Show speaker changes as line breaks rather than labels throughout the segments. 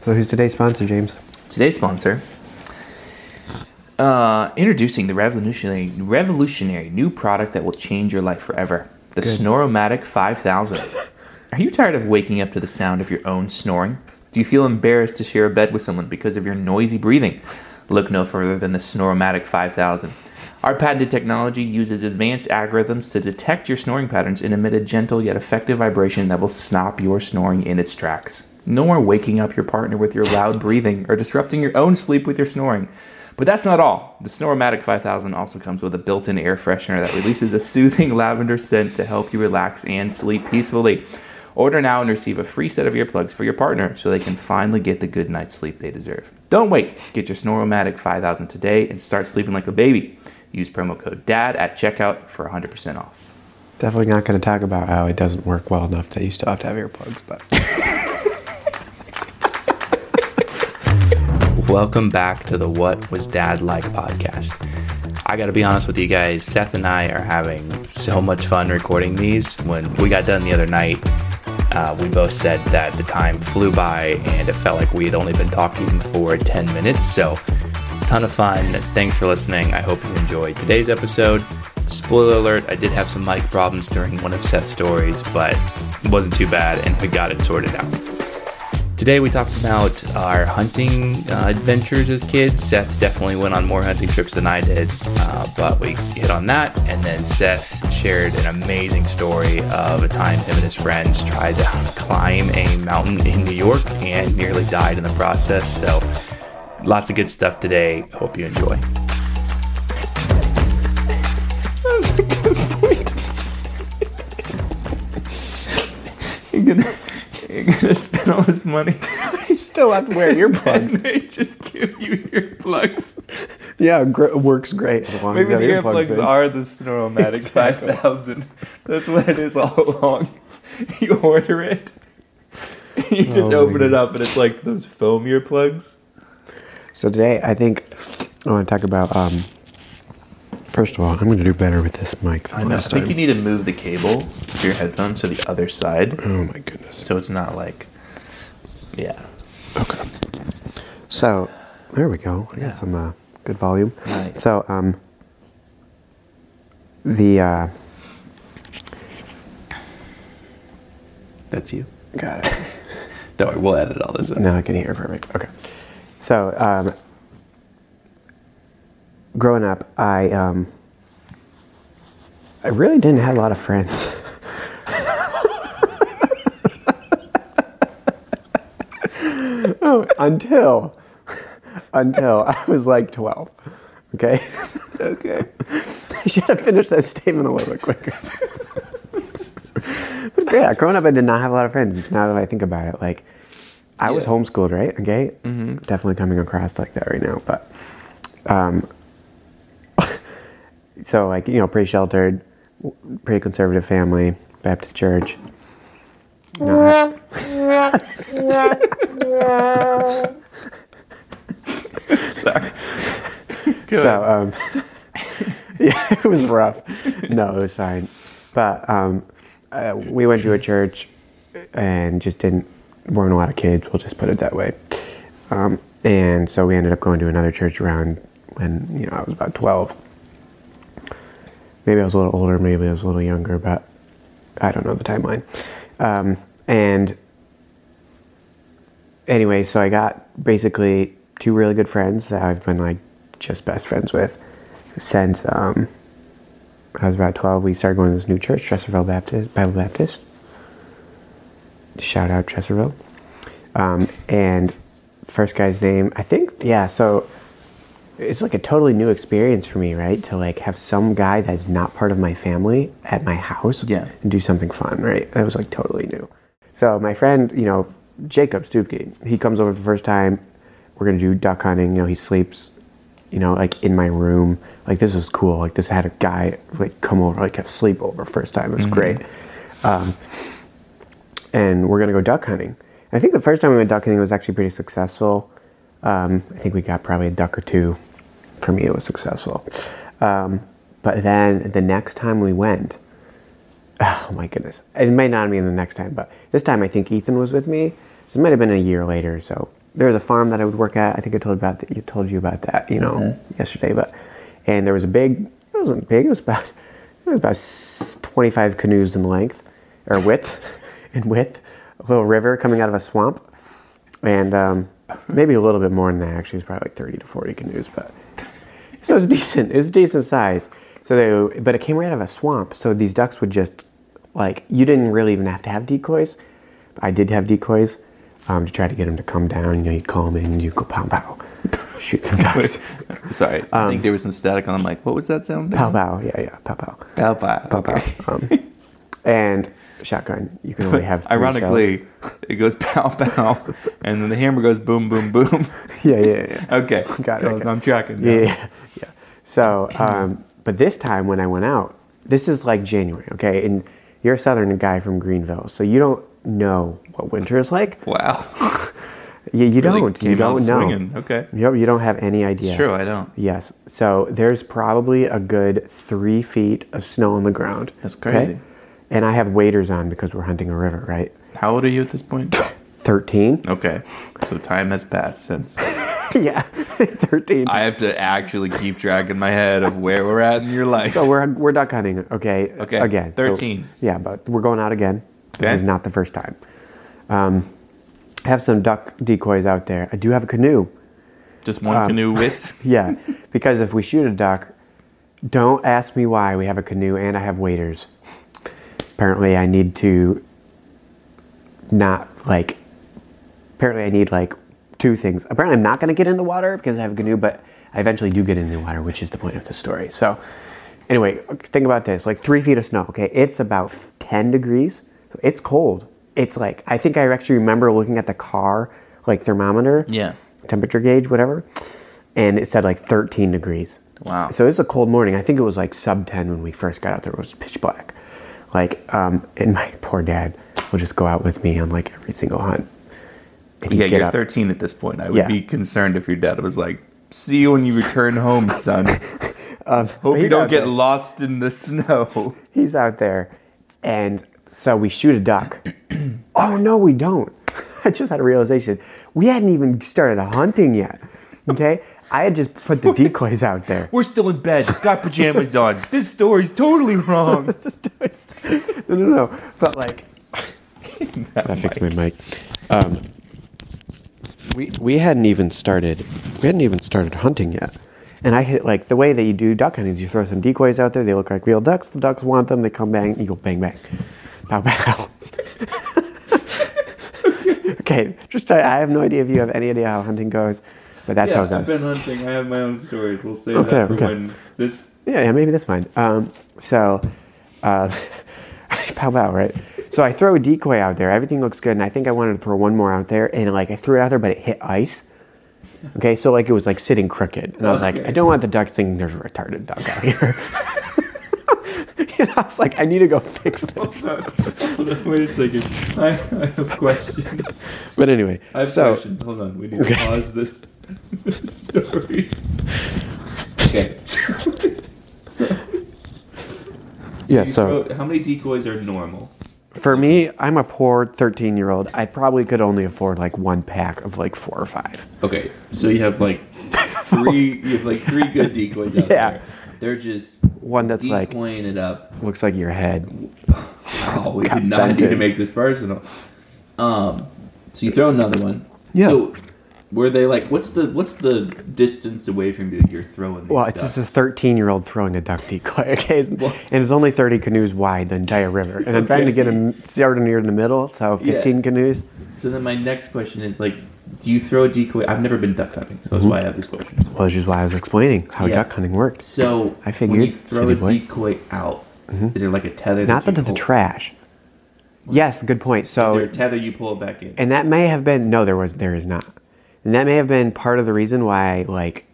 So who's today's sponsor, James?
Today's sponsor, uh, introducing the revolutionary, revolutionary new product that will change your life forever the Snoromatic 5000. Are you tired of waking up to the sound of your own snoring? Do you feel embarrassed to share a bed with someone because of your noisy breathing? Look no further than the Snoromatic 5000. Our patented technology uses advanced algorithms to detect your snoring patterns and emit a gentle yet effective vibration that will stop your snoring in its tracks. No more waking up your partner with your loud breathing or disrupting your own sleep with your snoring. But that's not all. The Snorematic 5000 also comes with a built in air freshener that releases a soothing lavender scent to help you relax and sleep peacefully. Order now and receive a free set of earplugs for your partner so they can finally get the good night's sleep they deserve. Don't wait. Get your Snorematic 5000 today and start sleeping like a baby. Use promo code DAD at checkout for 100% off.
Definitely not going to talk about how it doesn't work well enough that you still have to have earplugs, but
Welcome back to the What Was Dad Like podcast. I got to be honest with you guys, Seth and I are having so much fun recording these. When we got done the other night, uh, we both said that the time flew by and it felt like we had only been talking for 10 minutes. So, ton of fun. Thanks for listening. I hope you enjoyed today's episode. Spoiler alert, I did have some mic problems during one of Seth's stories, but it wasn't too bad and we got it sorted out. Today we talked about our hunting uh, adventures as kids. Seth definitely went on more hunting trips than I did, uh, but we hit on that. And then Seth shared an amazing story of a time him and his friends tried to climb a mountain in New York and nearly died in the process. So lots of good stuff today. Hope you enjoy. You're gonna, you're gonna spend all this money.
you still have to wear
And
earplugs.
they just give you earplugs.
yeah, gr- works great. As long
Maybe
as
the
you have
earplugs eh?
in.
are the Snoromatic 5000. That's what it is all along. You order it, you just
my
open it
goodness.
up, and it's like those foam earplugs.
So today, I think I want to talk about. Um, first of all, I'm going to do better with this mic than
I
last
think you
time.
need to move the cable for your headphones to the other side
Oh my goodness.
so it's not like. Yeah.
Okay. So there we go. I
Yeah.
got some uh, good volume.
Right.
So um, the uh,
That's you.
got it.
Don't worry, we'll edit all this out.
Now I can hear perfect. Okay. So, um, growing up, I um, I really didn't have a lot of friends. oh, until until I was like twelve. Okay. Okay. I should have finished that statement a little bit quicker. But yeah, growing up, I did not have a lot of friends. Now that I think about it, like I was
Yeah.
homeschooled, right? Okay, definitely coming across like that right now. But um, so like you know, pretty sheltered, w- pretty conservative family, Baptist church. Not-
Sorry.
So um, yeah, it was rough. No, it was fine. But um, uh, we went to a church and just didn't weren't a lot of kids. We'll just put it that way. Um, and so we ended up going to another church around when you know I was about twelve. Maybe I was a little older. Maybe I was a little younger. But I don't know the timeline. Um, and anyway, so I got basically two really good friends that I've been like just best friends with since um, I was about 12. We started going to this new church, Chesterville Baptist, Bible Baptist. Shout out Chesterville. Um, and first guy's name, I think, yeah, so it's like a totally new experience for me, right? To like have some guy that's not part of my family at my house
Yeah.
and do something fun, right? That was like totally new. So my friend, you know, Jacob Stupke, he comes over for the first time. We're gonna do duck hunting. You know, he sleeps, you know, like in my room. Like this was cool. Like this had a guy like come over, like have sleepover first time. It was great. Um, and we're gonna go duck hunting. I think the first time we went duck hunting was actually pretty successful. Um, I think we got probably a duck or two. For me, it was successful. Um, but then the next time we went, oh my goodness. It might not be the next time, but this time I think Ethan was with me. So it might have been a year later or so. there was a farm that I would work at. I think I told about that. You told you about that, you know, yesterday. But and there was a big. It wasn't big. It was about it was about s- 25 canoes in length or width, in width. A little river coming out of a swamp, and um, maybe a little bit more than that. Actually, it was probably like 30 to 40 canoes, but so it was decent. It was decent size. So they, but it came right out of a swamp. So these ducks would just like you didn't really even have to have decoys. I did have decoys um, to try to get them to come down. You know, you'd call them in, you go pow pow, shoot some ducks.
Sorry, I think there was some static on. I'm like, what was that sound?
pow pow, yeah, yeah, pow pow,
Pow pow.
pow
Okay.
pow. Um, and shodgun. You can only have. three shells.
Ironically, it goes pow pow, and then the hammer goes boom boom boom.
yeah, yeah, yeah.
okay,
Got it,
Oh,
okay.
I'm tracking. now.
Yeah, yeah, yeah. So, um, but this time when I went out, this is like January, okay? And you're a southern guy from Greenville, so you don't know what winter is like.
Wow.
You, you
Really
don't. You
came out
don't know.
swinging. Okay.
You, you don't have any idea.
True, I don't.
Yes. So there's probably a good three feet of snow on the ground.
That's
okay?
crazy.
And I have waders on because we're hunting a river, right?
How old are you at this point?
13?
Okay, so time has passed since.
yeah, 13.
I have to actually keep track in my head of where we're at in your life.
So we're we're duck hunting, okay?
Okay,
Again. So-
13.
yeah, but we're going out again. This
Okay.
is not the first time. Um, I have some duck decoys out there. I do have a canoe.
Just one canoe with.
Yeah, because if we shoot a duck, don't ask me why we have a canoe and I have waders. Apparently, I need to not like. Apparently, I need like two things. Apparently, I'm not going to get in the water because I have a canoe, but I eventually do get in the water, which is the point of the story. So, anyway, think about this like three feet of snow, okay? It's about 10 degrees. It's cold. It's like, I think I actually remember looking at the car, like thermometer
Yeah.
temperature gauge, whatever, and it said like 13 degrees.
Wow.
So it's a cold morning. I think it was like sub 10 when we first got out there. It was pitch black. Like, um, and my poor dad will just go out with me on like every single hunt. And he'd
Yeah,
get
you're
up.
13 at this point. I would
Yeah.
be concerned if your dad was like, "See you when you return home, son. Hope you
Um, he's
don't
out
get
there.
lost in the snow."
He's out there, and so we shoot a duck. oh no, we don't. I just had a realization. We hadn't even started hunting yet. Okay, I had just put the decoys out there.
We're still in bed. Got pajamas on. This story's totally wrong.
No, no, no. But like, I fixed my mic. Um, we we hadn't even started. We hadn't even started hunting yet. And I hit like the way that you do duck hunting is you throw some decoys out there. They look like real ducks. The ducks want them. They come bang. You go bang bang, pow pow. okay, just try, I have no idea if you have any idea how hunting goes, but that's how it goes.
hunting. I have my own stories. We'll save
Okay, for okay. when
this.
Yeah, yeah, maybe that's mine. Um, so, uh, pow pow, right? So I throw a decoy out there. Everything looks good, and I think I wanted to throw one more out there, and like I threw it out there, but it hit ice. Okay, so like it was like sitting crooked, and I was like,
Okay.
I don't want the duck thinking there's a retarded duck out here. and I was like, I need to go fix this.
Wait a second. I, I have questions.
But anyway,
I have
so
questions. Hold on. We need
Okay.
to pause this, this story. Okay. so,
yeah,
you
so
wrote- how many decoys are normal?
for me, I'm a poor 13 year old. I probably could only afford like one pack of like four or five.
Okay. So you have like three. You have like three good decoys out
Yeah.
there. They're just
One that's like
decoying it up.
looks like your head.
Oh, we
God,
did not
that
need to
did.
make this personal. Um. So you throw another one.
Yeah.
So were they like? What's the what's the distance away from you that you're throwing? These
Well, it's just
ducks?
a 13 year old throwing a duck decoy, okay? It's-
Well-
and it's only 30 canoes wide, the entire river. And I'm trying to get them started near the middle, so 15 canoes.
So then my next question is like, do you throw a decoy? I've never been duck hunting, so that's
Mm-hmm.
why I have this question.
Well, which is why I was explaining how
Yeah.
duck hunting worked.
So
I
when
figured,
you throw
city
a
boy.
decoy out, is there like a tether?
Mm-hmm. Not that
you
it's a
pull-
trash. Yes, good point.
Is there
So,
a tether you pull it back in?
and that may have been, no, there was, there is not. And that may have been part of the reason why I, like,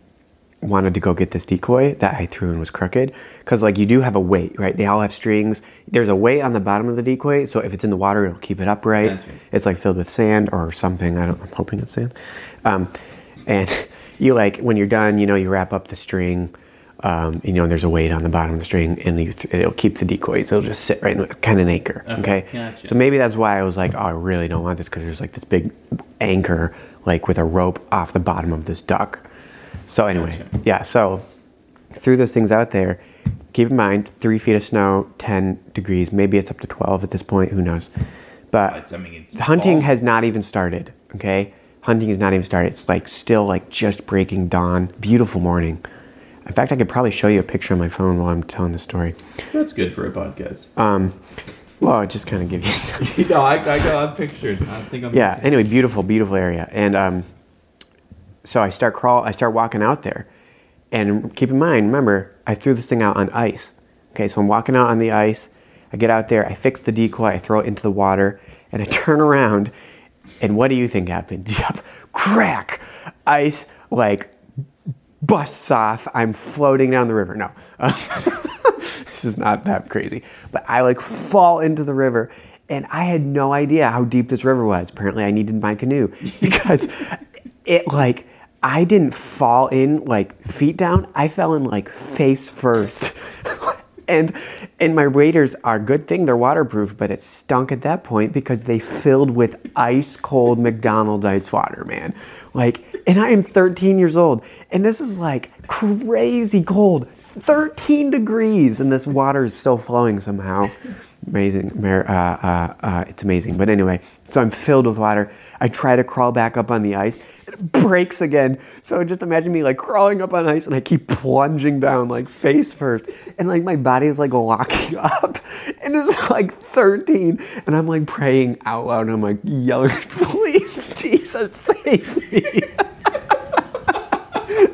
wanted to go get this decoy that I threw and was crooked. Because, like, you do have a weight, right? They all have strings. There's a weight on the bottom of the decoy, so if it's in the water, it'll keep it upright.
Gotcha.
It's like filled with sand or something. I don't, I'm hoping it's sand. Um, and you, like, when you're done, you know, you wrap up the string. Um, you know, and there's a weight on the bottom of the string, and you th- it'll keep the decoys. It'll just sit right in, kind of an anchor. Okay.
gotcha.
So maybe that's why I was like, oh, I really don't want this because there's like this big anchor like with a rope off the bottom of this duck. So anyway, yeah. So threw those things out there. Keep in mind, three feet of snow, ten degrees. Maybe it's up to twelve at this point. Who knows? But
It's- I mean, it's
hunting
fall.
has not even started. Okay, hunting has not even started. It's like still like just breaking dawn. Beautiful morning. In fact, I could probably show you a picture on my phone while I'm telling the story.
That's good for a podcast.
Uh, Well, it just kind of gives you some
no, I, I got I'm pictured. I think I'm.
yeah anyway beautiful beautiful area and um, so i start crawl i start walking out there and keep in mind remember i threw this thing out on ice okay so i'm walking out on the ice i get out there i fix the decoy i throw it into the water and i turn around and what do you think happened yep crack ice like busts off i'm floating down the river no this is not that crazy. But I like fall into the river and I had no idea how deep this river was. Apparently I needed my canoe because it like I didn't fall in like feet down. I fell in like face first. and and my waders are good thing they're waterproof, but it stunk at that point because they filled with ice cold McDonald's ice water, man. Like and I am 13 years old and this is like crazy cold. 13 degrees and this water is still flowing somehow. Amazing. Mar- Uh, uh, uh, it's amazing. But anyway, so I'm filled with water. I try to crawl back up on the ice. It breaks again. So just imagine me like crawling up on ice and I keep plunging down like face first. And like my body is like locking up. And it's like 13. And I'm like praying out loud. I'm like yelling, please, Jesus, save me.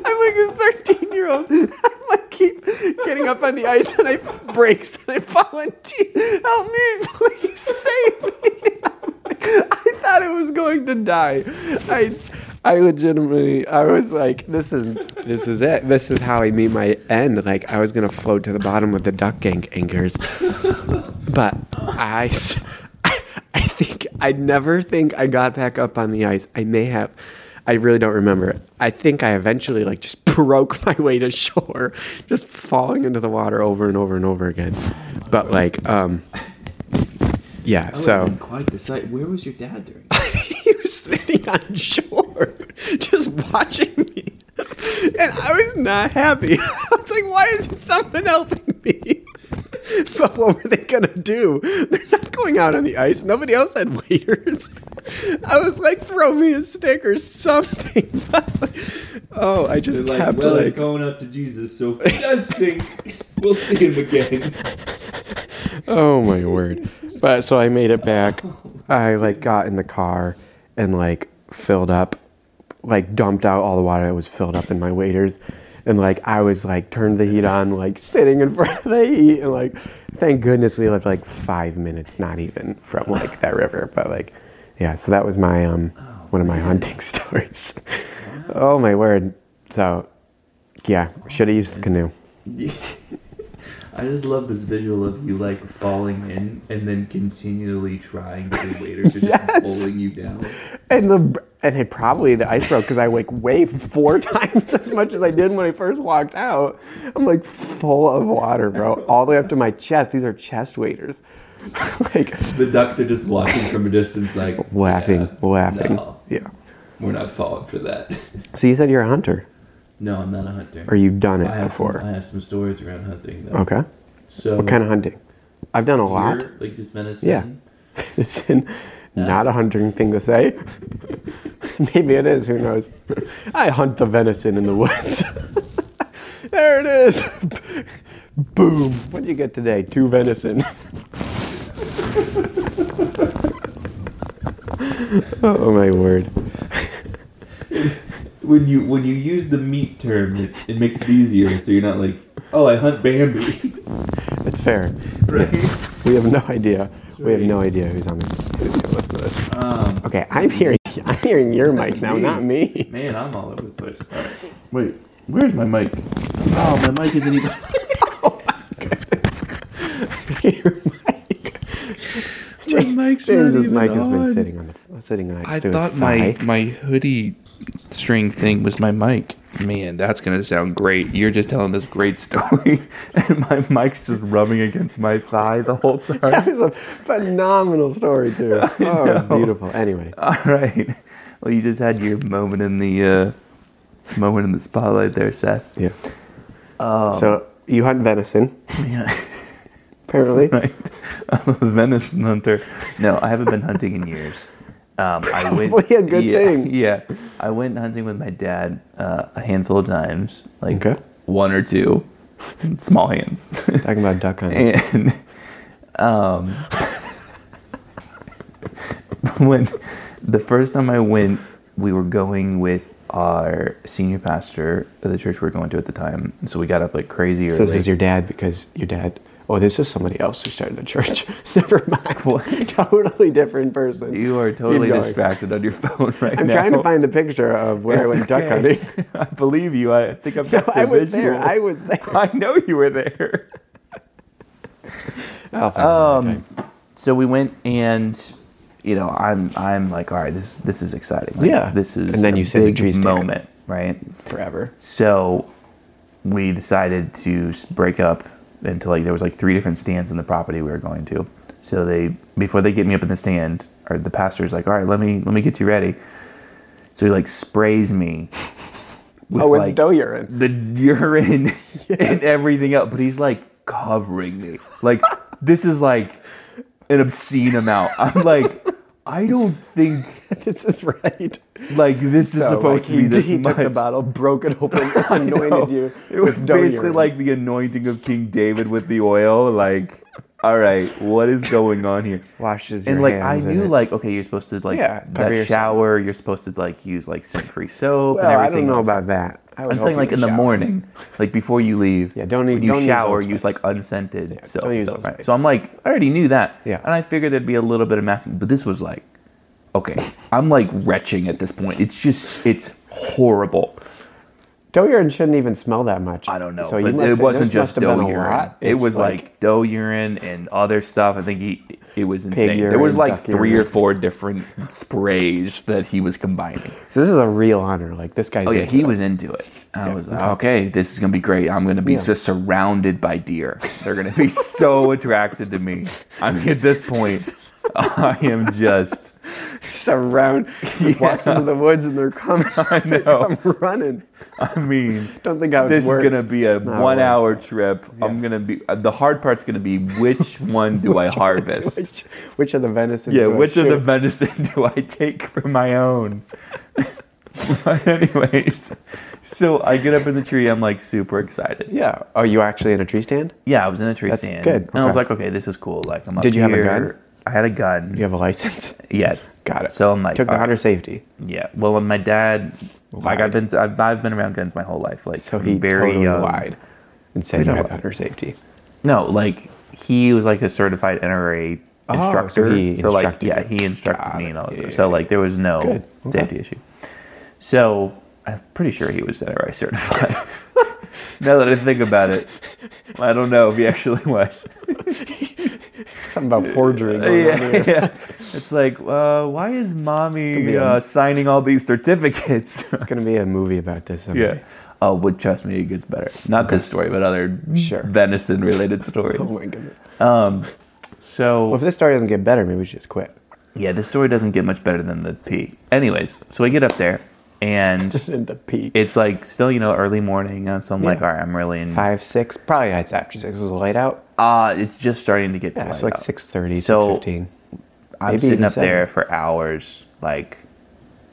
I'm like a 13 year old. I'm like keep getting up on the ice and I breaks and I fall into help me, please save me. I thought I was going to die. I I legitimately I was like, this is this is it. This is how I meet my end. Like I was gonna float to the bottom with the duck gang anchors. But I I think I never think I got back up on the ice. I may have. I really don't remember. I think I eventually like just broke my way to shore, just falling into the water over and over and over again. But like, um, yeah. So
quite the sight. Where was your dad during?
he was sitting on shore, just watching me, and I was not happy. I was like, why isn't someone helping me? But what were they gonna do? They're not going out on the ice. Nobody else had waiters. I was like, throw me a stick or something. oh, I just
They're
kept
like, well,
like,
it's going up to Jesus, so if he does sink, we'll see him again.
oh my word. But so I made it back. I like got in the car and like filled up, like dumped out all the water that was filled up in my waders. And like I was like turned the heat on, like sitting in front of the heat, and like thank goodness we lived like five minutes, not even from like that river. But like, yeah. So that was my um one of my hunting stories. oh my word. So yeah, should have used the canoe.
I just love this visual of you like falling in and then continually trying to get waiters are just pulling you down.
And the and it probably the ice broke because I like weigh four times as much as I did when I first walked out. I'm like full of water, bro, all the way up to my chest. These are chest waders. like
The ducks are just watching from a distance, like
laughing,
"Yeah,
laughing.
No,
Yeah.
we're not falling for that.
So you said you're a hunter,
No, I'm not a hunter.
or you've done
I
it
have
before?
Some, I have some stories around hunting. Though.
okay.
So
What kind of hunting? I've done a lot.
deer, Like just venison.
Yeah.
Mm-hmm.
it's in, not a hunting thing to say. Maybe it is. Who knows? I hunt the venison in the woods. there it is. Boom. What would you get today? Two venison. oh my word.
When you when you use the meat term, it, it makes it easier, so you're not like, oh, I hunt Bambi,
It's fair.
right?
We have no idea. We have
right.
no idea who's on this. Who's gonna listen to this?
Um,
okay, I'm hearing. I'm hearing your mic now,
me.
not me.
Man, I'm all over the place. All right. Wait, where's my mic? Oh, my mic isn't even.
Your mic.
My mic's
James's mic has been sitting on the sitting on
I
to his
thought
thigh.
my my hoodie string thing was my mic. Man, that's gonna sound great. You're just telling this great story, and my mic's just rubbing against my thigh the whole time.
That was a phenomenal story too. Oh, beautiful. Anyway,
All right. Well, you just had your moment in the uh, moment in the spotlight there, Seth.
Yeah. so you hunt venison,
Um, Yeah,
apparently.
right. I'm a venison hunter. No, I haven't been hunting in years. Um, I went,
Probably a good
yeah,
thing.
Yeah, I went hunting with my dad uh, a handful of times, like
Okay.
one or two, small hands.
Talking about duck hunting.
and um, when the first time I went, we were going with our senior pastor of the church we were going to at the time, so we got up like crazy early.
So this is your dad because your dad. Oh, this is somebody else who started the church. Never mind. Totally different person.
you are totally
going.
distracted on your phone right
I'm
now.
trying to find the picture of where I
It's
went duck
okay.
hunting.
I believe you. I think I've got the
I was there.
visual.
I was there.
I know you were there.
I'll find it one
Um,
day.
so we went and you know I'm I'm like all right this this is exciting Like,
Yeah.
this is
And then
a
you said the
big
tree's dead.
moment right
forever.
so we decided to s- break up into like there was like three different stands in the property we were going to so they before they get me up in the stand or the pastor's like all right let me let me get you ready so he like sprays me with
oh, with
like
doe urine.
the urine and everything else, but he's like covering me. Like this is like an obscene amount. I'm like, I don't think
This is right.
like this is
So, like,
supposed to be
he-
this
he
much.
took the bottle, broke it open,
No,
anointed you.
it was
with doe
basically
urine.
like the anointing of King David with the oil. Like, all right, what is going on here?
washes
and
your
like I
hands in
knew
it.
like okay, you're supposed to like
Yeah, cover
that
yourself.
shower. You're supposed to like use like scent-free soap.
Well,
and
I
everything
don't know
else.
about that. I would
I'm
hope
saying
you
like in
would
the
shower.
morning, like before you leave.
Yeah, don't
when
eat-
you
don't use
shower,
Old
use like unscented soap.
don't use
so,
Old
right.
Spice.
so I'm like, I already knew that.
Yeah.
And I figured there'd be a little bit of masking, but this was like, okay, I'm like retching at this point. It's just, it's horrible.
Doe urine shouldn't even smell that much.
I don't know,
So you
but
must
it
have-
wasn't
this must
just
have been
dough
a
urine.
lot.
It
It's
was like, dough urine and other stuff. I think he, it was insane. there
urine,
was like
duck
three
urine.
or four different sprays that he was combining.
So this is a real honor. Like this guy's.
Oh yeah,
into
he
it.
was into it. I was like, okay, this is gonna be great. I'm gonna be
Yeah.
just surrounded by deer. They're gonna be so attracted to me. I mean, at this point, I am just.
surround. He walks into the woods and they're coming.
I know.
I'm running.
I mean,
Don't think I was.
this is gonna be a
not how it
one-hour trip. I'm gonna be. uh, The hard part's gonna be which one do I harvest?
Which, which of the venison?
yeah,
do I
which of the
shoot?
venison do I take for my own? but anyways, so I get up in the tree. I'm like super excited.
Yeah. Are Oh, you actually in a tree stand?
Yeah, I was in a tree
That's
stand.
good.
And I was
Okay.
like, okay, this is cool. Like, I'm up
Did you have a
here.
gun?
I had a gun.
Do you have a license?
Yes.
Got it.
So I'm like, uh,
Took the
all right.
hunter safety.
yeah. Well, and my dad, like, I've
Lied.
been, I've, I've been around guns my whole life. Like,
So
from
he
very
totally
young.
lied and said
We
you
don't
have
lie.
hunter safety.
No, like he was like a certified NRA
Oh, so
instructor. So,
he
like,
instructed
yeah,
you.
he instructed
Got
me
it.
and all that
Yeah,
stuff.
yeah,
So like, there was no
Good. Okay.
safety issue. So I'm pretty sure he was NRA certified. now that I think about it, I don't know if he actually was.
Something about forgery.
Uh,
Going on here.
yeah, yeah. It's like, uh, why is mommy
be a-
uh, signing all these certificates?
It's gonna be a movie about this. someday.
yeah. Oh, but trust me, it gets better. Not this story, but other
Sure.
venison-related stories. Um,
Oh my goodness.
so
Well, if this story doesn't get better, maybe we should just quit.
yeah, this story doesn't get much better than the pee. Anyways, so I get up there, and
In the peak.
it's like still you know early morning, uh, so I'm like,
Yeah.
all right, I'm really in.
Five, six. Probably it's after six. It was light out.
Uh, it's just starting to get to
Yeah, it's
light
like
up.
six thirty, six
So,
fifteen.
I'm
Maybe
sitting
even
up
seven.
there for hours, like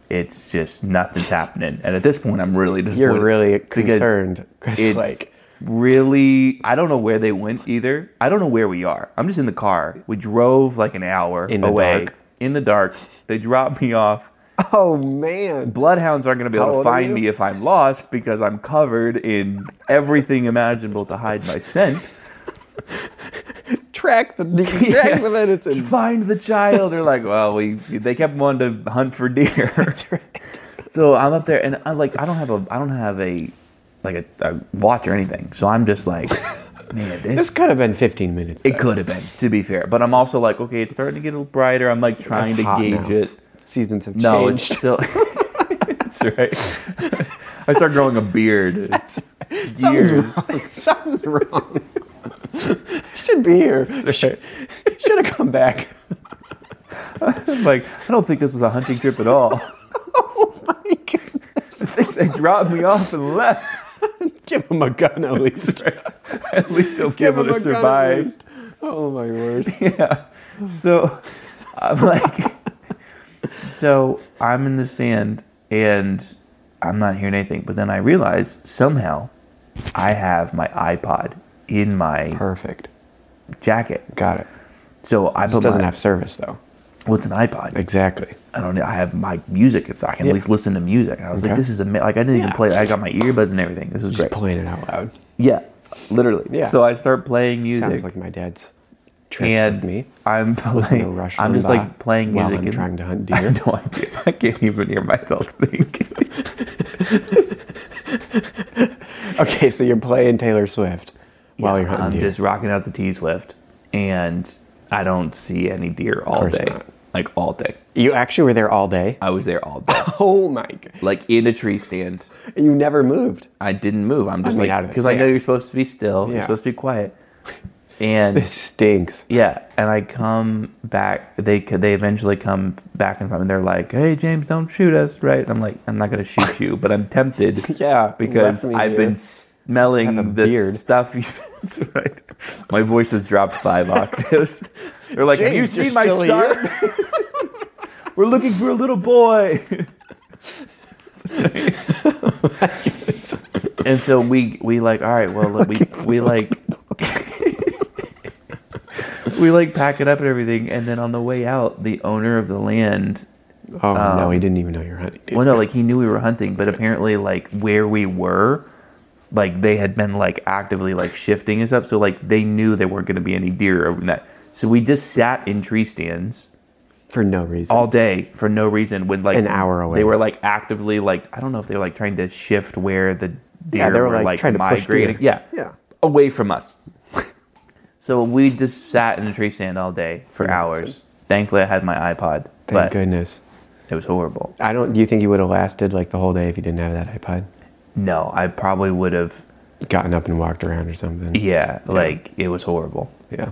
it's just nothing's happening. And at this point, I'm really disappointed.
You're really
because
concerned because
It's
like
really. I don't know where they went either. I don't know where we are. I'm just in the car. We drove like an hour
In the
away
dark.
in the dark. They dropped me off.
oh man,
Bloodhounds aren't going to be
How
able to
old are
find
you?
me if I'm lost because I'm covered in everything imaginable to hide my scent.
track the track
Yeah.
the venison.
find the child. They're like, well, we they kept wanting to hunt for deer. So I'm up there, and I'm like, I don't have a, I don't have a, like a, a watch or anything. So I'm just like, man, this.
This could have been fifteen minutes.
it could have been, to be fair, but I'm also like, okay, it's starting to get a little brighter. I'm like trying to gauge it.
Seasons have
No,
changed.
it's still. That's right. I start growing a beard. It's years.
wrong. Something's wrong. Should be here. Should have come back.
Like I don't think this was a hunting trip at all.
Oh
I think they dropped me off and left.
Give him a gun at least.
At least he'll be able
him a gun
to
at
survive.
least. Oh my word.
yeah. So I'm like, so I'm in this band and I'm not hearing anything. But then I realize somehow I have my iPod in my
Perfect.
jacket.
Got it.
So I
This
put
doesn't
my
have service though.
with an iPod.
Exactly.
I don't. know, I have my music inside. I can
Yeah.
at least listen to music. And I was like,
Okay.
this is ama- like I didn't even
Yeah.
play. I got my earbuds and everything. This is
Just
great.
playing it out loud.
yeah, literally.
Yeah.
So I start playing music.
Sounds like my dad's trips
and
with me.
I'm playing.
No Rush
I'm just
Limbaugh
like playing
while
music
I'm
and
trying to hunt
I
deer.
have no idea. I can't even hear myself think.
Okay, so you're playing Taylor Swift while you're
I'm
hunting deer.
just rocking out the T Swift, and I don't see any deer all
course
day.
not.
Like all day.
You actually were there all day.
I was there all day,
Oh my god!
like in a tree stand.
You never moved.
I didn't move. I'm just
mean, out of the
like because I know
camp.
you're supposed to be still. You're
Yeah.
supposed to be quiet. And
This stinks.
yeah, and I come back. They c- they eventually come back and they're like, "Hey, James, don't shoot us!" Right? I'm like, I'm not gonna shoot you, but I'm tempted.
Yeah,
because
left me
I've
here.
been
Have a
smelling this
beard.
stuff. That's right. My voice has dropped five octaves. They're like, "Have you
James, you're
seen my
still
son? We're looking for a little boy." and so we we like, all right, well, we we like. We like pack it up and everything, and then on the way out, the owner of the land
Oh no, he didn't even know you were hunting deer.
well, no, like he knew we were hunting, but apparently, like where we were, like they had been like actively like shifting and stuff. So like they knew there weren't going to be any deer over that. So we just sat in tree stands
for no reason.
all day for no reason. When like
An hour away.
they were like actively like I don't know if they were like trying to shift where the deer
yeah, they were like, trying to push
migrating.
deer.
yeah,
yeah.
away from us. so we just sat in a tree stand all day for hours. Thankfully, I had my iPod,
Thank
but
goodness.
it was horrible.
I don't. Do you think you would have lasted like the whole day if you didn't have that iPod?
No, I probably would have.
Gotten up and walked around or something.
Yeah, like it was horrible.
Yeah.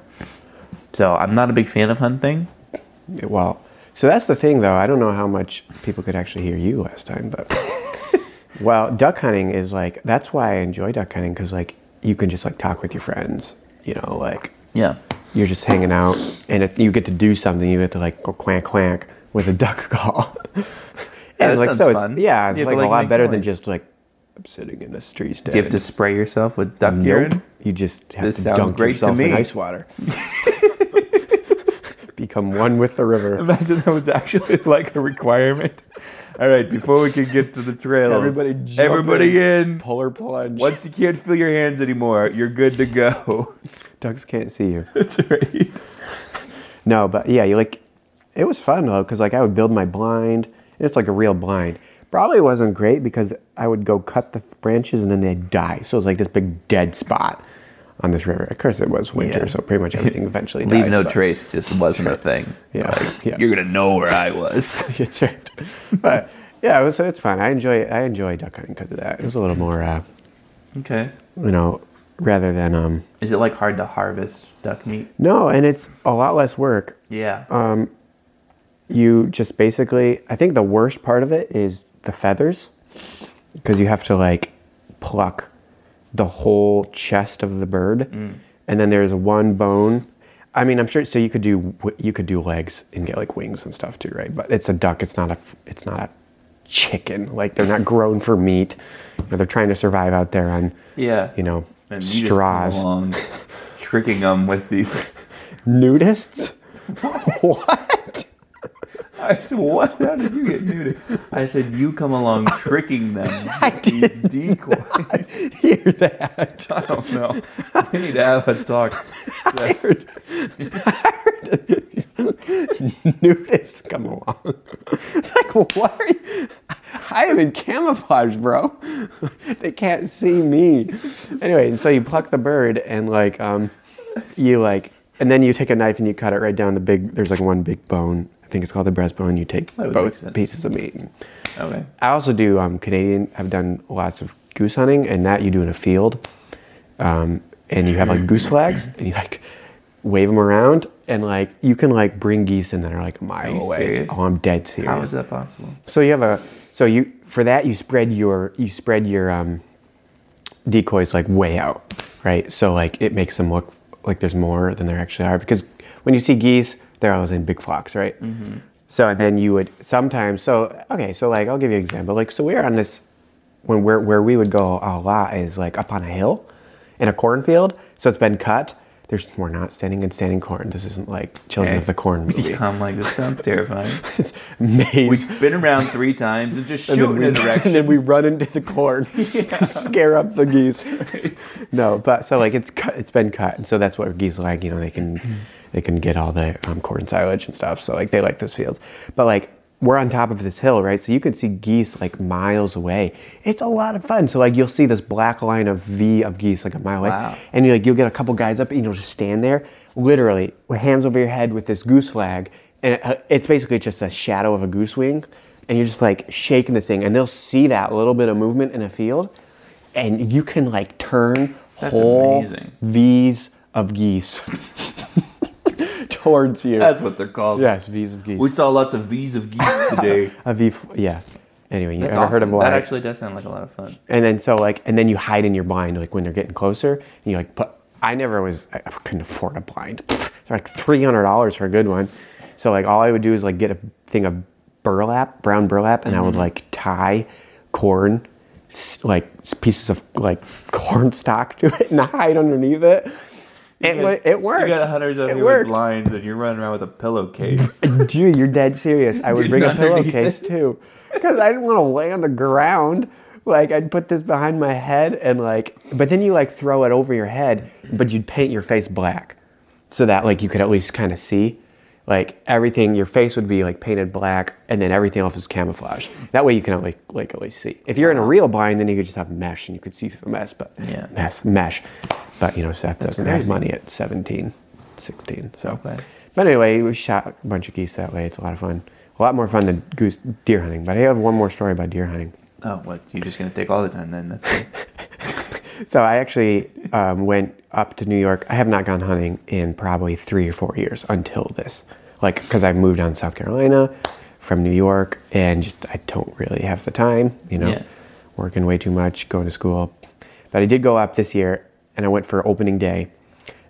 So I'm not a big fan of hunting.
Well, so that's the thing, though. I don't know how much people could actually hear you last time, but well, duck hunting is like that's why I enjoy duck hunting because like you can just like talk with your friends, you know, like
Yeah.
you're just hanging out and if you get to do something, you get to like go quank quank with a duck call. and
that
like
sounds
it's
fun.
yeah, it's
You have
like, a
to, like,
lot
make
better than
noise.
just like I'm sitting in a tree stand.
Do you have to spray yourself with duck urine?
You just have
This
to
sounds
dunk
great to
yourself
me.
in ice water. Become one with the river.
Imagine that was actually like a requirement. All right, before we can get to the trails,
Everybody jump
everybody in.
Polar plunge.
Once you can't feel your hands anymore, you're good to go.
Ducks can't see you.
That's right.
No, but yeah, you like. It was fun though, because like I would build my blind. And it's like a real blind. Probably wasn't great because I would go cut the th- branches and then they'd die. So it was like this big dead spot on this river. Of course, it was winter,
Yeah.
so pretty much everything eventually
Leave
dies,
no
but-
trace just wasn't a thing.
Yeah, yeah.
You're gonna know where I was.
Yeah, right. But yeah, it was, it's fun. I enjoy I enjoy duck hunting because of that. It was a little more, uh,
okay.
you know, rather than um.
Is it like hard to harvest duck meat?
No, and it's a lot less work.
Yeah.
you just basically i think the worst part of it is the feathers because you have to like pluck the whole chest of the bird
Mm.
and then there's one bone i mean i'm sure so you could do w- you could do legs and get like wings and stuff too right but it's a duck it's not a f- it's not a chicken like they're not grown for meat You know, they're trying to survive out there on
yeah.
you know
And you just come
straws
along, tricking them with these.
nudists what
I said, "What? How did you get nude?" I said, "You come along, tricking them with these decoys."
hear that
I don't know. We need to have a talk. So,
nudists come along. It's like, why are you? I am in camouflage, bro. They can't see me. Anyway, and so you pluck the bird and like, um, you like, and then you take a knife and you cut it right down the big. There's like one big bone. I think it's called the breastbone. You take
That would make
both
sense.
pieces of meat.
okay.
I also do um, Canadian. I've done lots of goose hunting, and that you do in a field, um, and you have like goose flags, and you like wave them around, and like you can like bring geese in that are like a mile
you
away.
serious?
Oh, I'm dead serious.
How is that possible?
So you have a so you for that you spread your you spread your um, decoys like way out, right? So like it makes them look like there's more than there actually are because when you see geese, they're always in big flocks, right?
Mm-hmm.
So and then you would sometimes so okay so like I'll give you an example like so we're on this when where where we would go a lot is like up on a hill in a cornfield so it's been cut. There's we're not standing in standing corn. This isn't like Children
Hey.
of the Corn movie.
Yeah, I'm like, this sounds terrifying.
It's made
We spin around three times and just
and
shoot
then
in a
we-
direction.
And then we run into the corn, and scare up the geese. No, but so like it's cut, it's been cut, and so that's what geese like. You know, they
Mm-hmm.
can they can get all the um, corn silage and stuff. So like they like those fields. But like we're on top of this hill, right? So you can see geese like miles away. It's a lot of fun. So like you'll see this black line of V of geese like a mile away,
Wow.
and you like you'll get a couple guys up and you'll just stand there, literally with hands over your head with this goose flag, and it- uh, it's basically just a shadow of a goose wing, and you're just like shaking this thing, and they'll see that little bit of movement in a field, and you can like turn
That's
whole
amazing.
V's of geese towards you.
That's what they're called.
yes, V's of
We
geese.
saw lots of V's of geese today.
A V, yeah. Anyway, you
That's
ever heard of
awesome.
one?
That actually does sound like a lot of fun.
And then so like, and then you hide in your blind like when they're getting closer. And you like put. I never was. I couldn't afford a blind. They're like three hundred dollars for a good one. So like, all I would do is like get a thing of burlap, brown burlap, and I
Mm-hmm.
would like tie corn, s- like s- pieces of like corn stalk to it and hide underneath it. It,
You
wa-
got-
it worked.
You got hunters over
it
here
worked.
with blinds, and you're running around with a pillowcase.
Dude, you're dead serious. I would
Get
bring a
underneath
pillowcase too. Because I didn't want to lay on the ground. Like, I'd put this behind my head and, like, but then you, like, throw it over your head, but you'd paint your face black so that, like, you could at least kind of see. Like, everything, your face would be, like, painted black, and then everything else is camouflage. That way you can, like, like at least see. If you're in a real blind, then you could just have mesh and you could see through the mess, but
Yeah.
mess, mesh. But, you know, Seth doesn't have
crazy.
money at 17, 16. So,
Okay.
but anyway, we shot a bunch of geese that way. It's a lot of fun. A lot more fun than goose deer hunting. But I have one more story about deer hunting.
oh, what? You're just gonna take all the time then? That's good.
So I actually um, went up to New York. I have not gone hunting in probably three or four years until this, like because I moved down to South Carolina from New York, and just I don't really have the time, you know,
Yeah.
working way too much, going to school. But I did go up this year, and I went for opening day,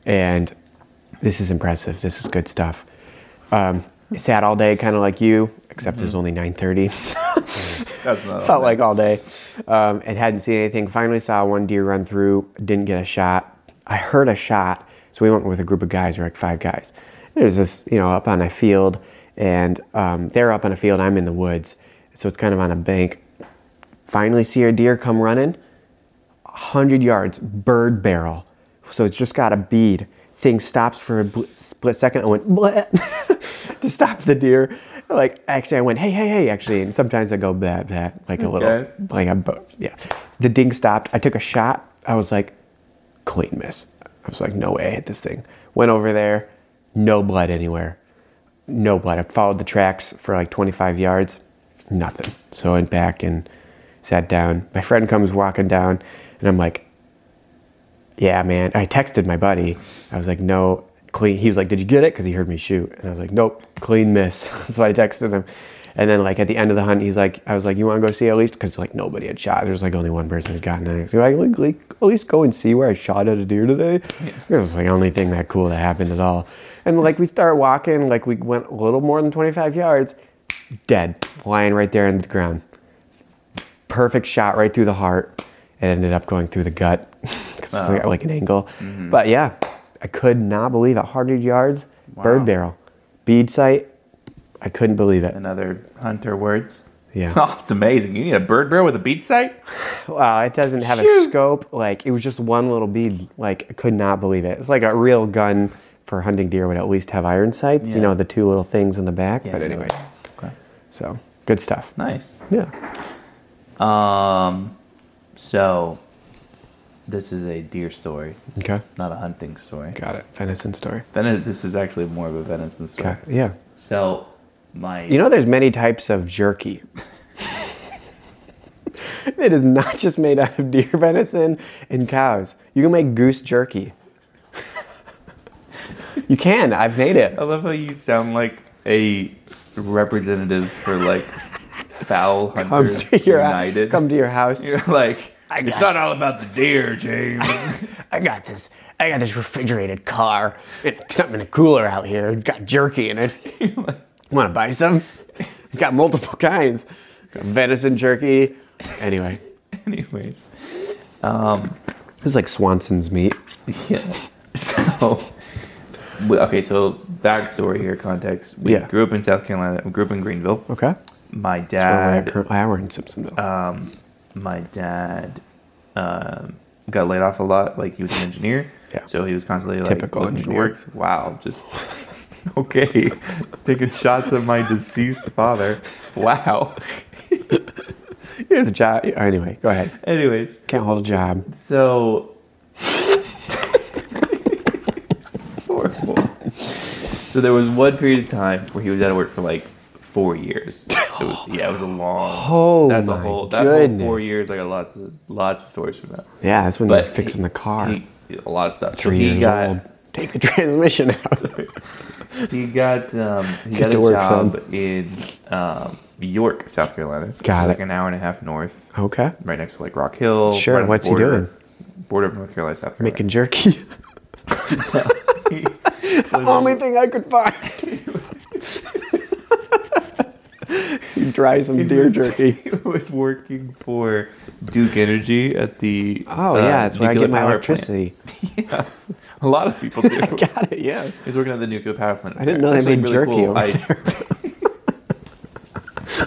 and this is impressive. This is good stuff. Um, sat all day, kind of like you, except it was only nine thirty
That's not.
felt like all day um, and hadn't seen anything. Finally saw one deer run through, didn't get a shot. I heard a shot, so we went with a group of guys, we like five guys. There's this, you know, up on a field, and um, they're up on a field, I'm in the woods, so it's kind of on a bank. Finally see a deer come running, 100 yards, bird barrel. So it's just got a bead. Thing stops for a bl- split second. I went, bleh, to stop the deer. Like, actually, I went, hey, hey, hey, actually. And sometimes I go, blah, blah, like a little,
Okay.
like a boat. Yeah. The ding stopped. I took a shot. I was like, clean miss. I was like, no way I hit this thing. Went over there, no blood anywhere. No blood. I followed the tracks for like 25 yards, nothing. So I went back and sat down. My friend comes walking down, and I'm like, yeah, man. I texted my buddy. I was like, no, clean. He was like, did you get it? Because he heard me shoot. And I was like, nope, clean miss. so I texted him. And then like at the end of the hunt, he's like, I was like, you want to go see at least? Because like nobody had shot. There was like only one person had gotten it. So I like, like at least go and see where I shot at a deer today. It was like only thing that cool that happened at all. And like we start walking, like we went a little more than 25 yards, dead, lying right there in the ground perfect shot right through the heart. It ended up going through the gut because it's like, like an angle.
Mm-hmm.
But yeah, I could not believe it. 100 yards, bird
Wow.
barrel, bead sight. I couldn't believe it.
another hunter words.
Yeah.
Oh, it's amazing. You need a bird barrel with a bead sight?
Wow, it doesn't have a
Phew.
scope. Like it was just one little bead. Like I could not believe it. It's like a real gun for hunting deer would at least have iron sights. You
Yeah.
know the two little things in the back. but
no.
anyway,
Okay.
so good stuff.
Nice.
Yeah.
Um, so this is a deer story,
Okay.
not a hunting story.
Got it. Venison story.
Vene- this is actually more of a venison story.
Okay. Yeah.
So my
You know, there's many types of jerky. it is not just made out of deer venison and cows. You can make goose jerky. You can. I've made it.
I love how you sound like a representative for like foul
Come
hunters
to your
united.
come to your house.
You're like
I
it's
got
not all about the deer, James.
I got this. I got this refrigerated car. It's something in a cooler out here. It's got jerky in it. Want to buy some? I got multiple kinds. Got venison jerky. Anyway,
Anyways,
this is like Swanson's meat.
yeah. So, we- okay. So backstory here, context. We
Yeah.
grew up in South Carolina. We grew up in Greenville.
Okay.
My
Where we are
dad.
currently are Uh, in Simpsonville.
Uh, Um, my dad um, got laid off a lot. Like he was an engineer,
Yeah.
so he was constantly like
Typical
looking
engineer.
for work. Wow, just okay, taking shots at my deceased father. Wow.
You're the job. Anyway, go ahead.
Anyways,
Can't hold a job.
so this is horrible. So there was one period of time where he was out of work for like four years. It was, yeah, it was a long.
Oh
that's a
my
whole. That whole four
goodness.
years. I got lots of lots of stories from that.
Yeah, that's when
but
they're fixing
he-
the car.
he- a lot of stuff. So
Three
he
years
got,
old. Take the transmission out.
He got um, he
Get
got
to
a
work,
job in um, York, South Carolina. which
Got
is
it.
Like an hour and a half north,
okay.
right next to like Rock Hill.
Sure,
right on the
what's he
border-
doing?
Border of North Carolina, South Carolina.
Making jerky. Only thing I could find. you dry some deer
was-
jerky.
He was working for Duke Energy at the.
Oh
uh,
yeah, that's where I
nuclear
get my
power
electricity.
Plant. Yeah. A lot of people do.
I got it. Yeah.
He's working at the nuclear power plant.
I didn't know
It's
they made
actually
jerky over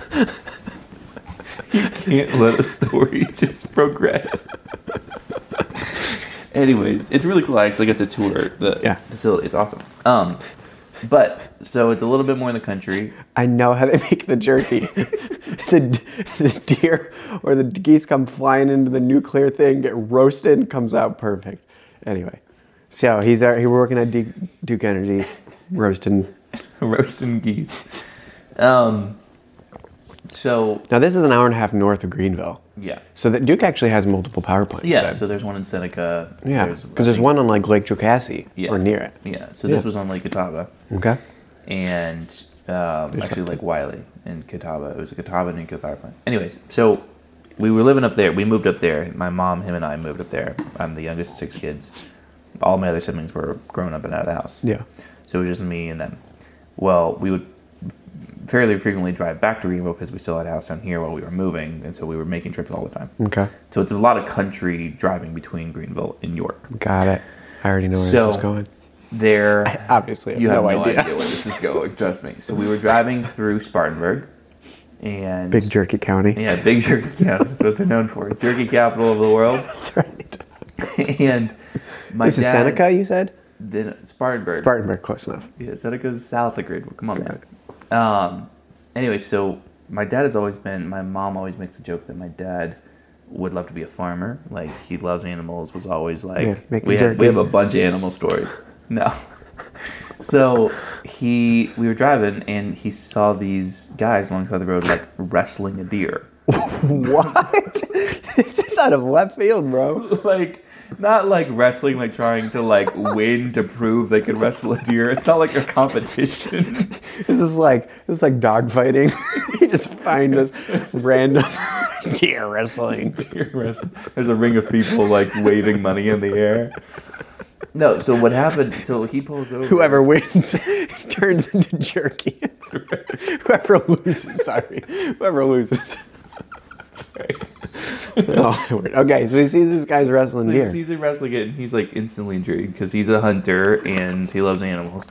I- you can't let a story just progress. Anyways, it's really cool. I actually got to tour the
Yeah.
facility. It's awesome. Um, but so it's a little bit more in the country.
I know how they make the jerky. the, the deer or the geese come flying into the nuclear thing, get roasted, and comes out perfect. Anyway, so he's out, he was working at Duke, Duke Energy, roasting.
roasting geese. Um, so
Now this is an hour and a half north of Greenville,
yeah,
so that Duke actually has multiple power plants.
yeah.
then.
So there's one in Seneca.
yeah,
there's-
because
I
there's,
think-
one on like Lake Jocassee or near it.
Yeah. So this
Yeah.
was on Lake Catawba,
Okay,
and um, actually Lake Wiley and Catawba. It was a Catawba nuclear power plant. Anyways, so we were living up there. We moved up there. My mom, him, and I moved up there. I'm the youngest of six kids. All my other siblings were grown up and out of the house.
yeah,
So it was just me and them. Well, we would fairly frequently drive back to Greenville because we still had a house down here while we were moving, and so we were making trips all the time.
okay,
So it's a lot of country driving between Greenville and York.
got it. I already know where
So-
this is going.
There,
Obviously, I have
you have
no
no
idea.
idea where this is going. Trust me. So we were driving through Spartanburg, and
Big Jerky County.
yeah, Big Jerky County. That's what they're known for, jerky capital of the world.
That's right.
And my
This is
dad-
Seneca, you said?
Then Spartanburg.
Spartanburg, close enough.
Yeah, Seneca's south of Greenville. Come on, man. Um, anyway, so my dad has always been. My mom always makes a joke that my dad would love to be a farmer. Like he loves animals. Was always like
Yeah, making
we have,
jerky.
we have a bunch of animal stories. No. So he, we were driving and he saw these guys alongside the road like wrestling a deer.
What? this is out of left field, bro.
like not like wrestling like trying to like win to prove they can wrestle a deer it's not like a competition
This is like this is like dogfighting. you just find this random deer wrestling.
There's a ring of people like waving money in the air. No, so what happened? So he pulls over.
Whoever wins turns into jerky. Whoever loses, sorry. Whoever loses. oh, my word. Okay, so he sees this guy's wrestling
He
deer.
sees him wrestling it, and he's like instantly intrigued because he's a hunter and he loves animals.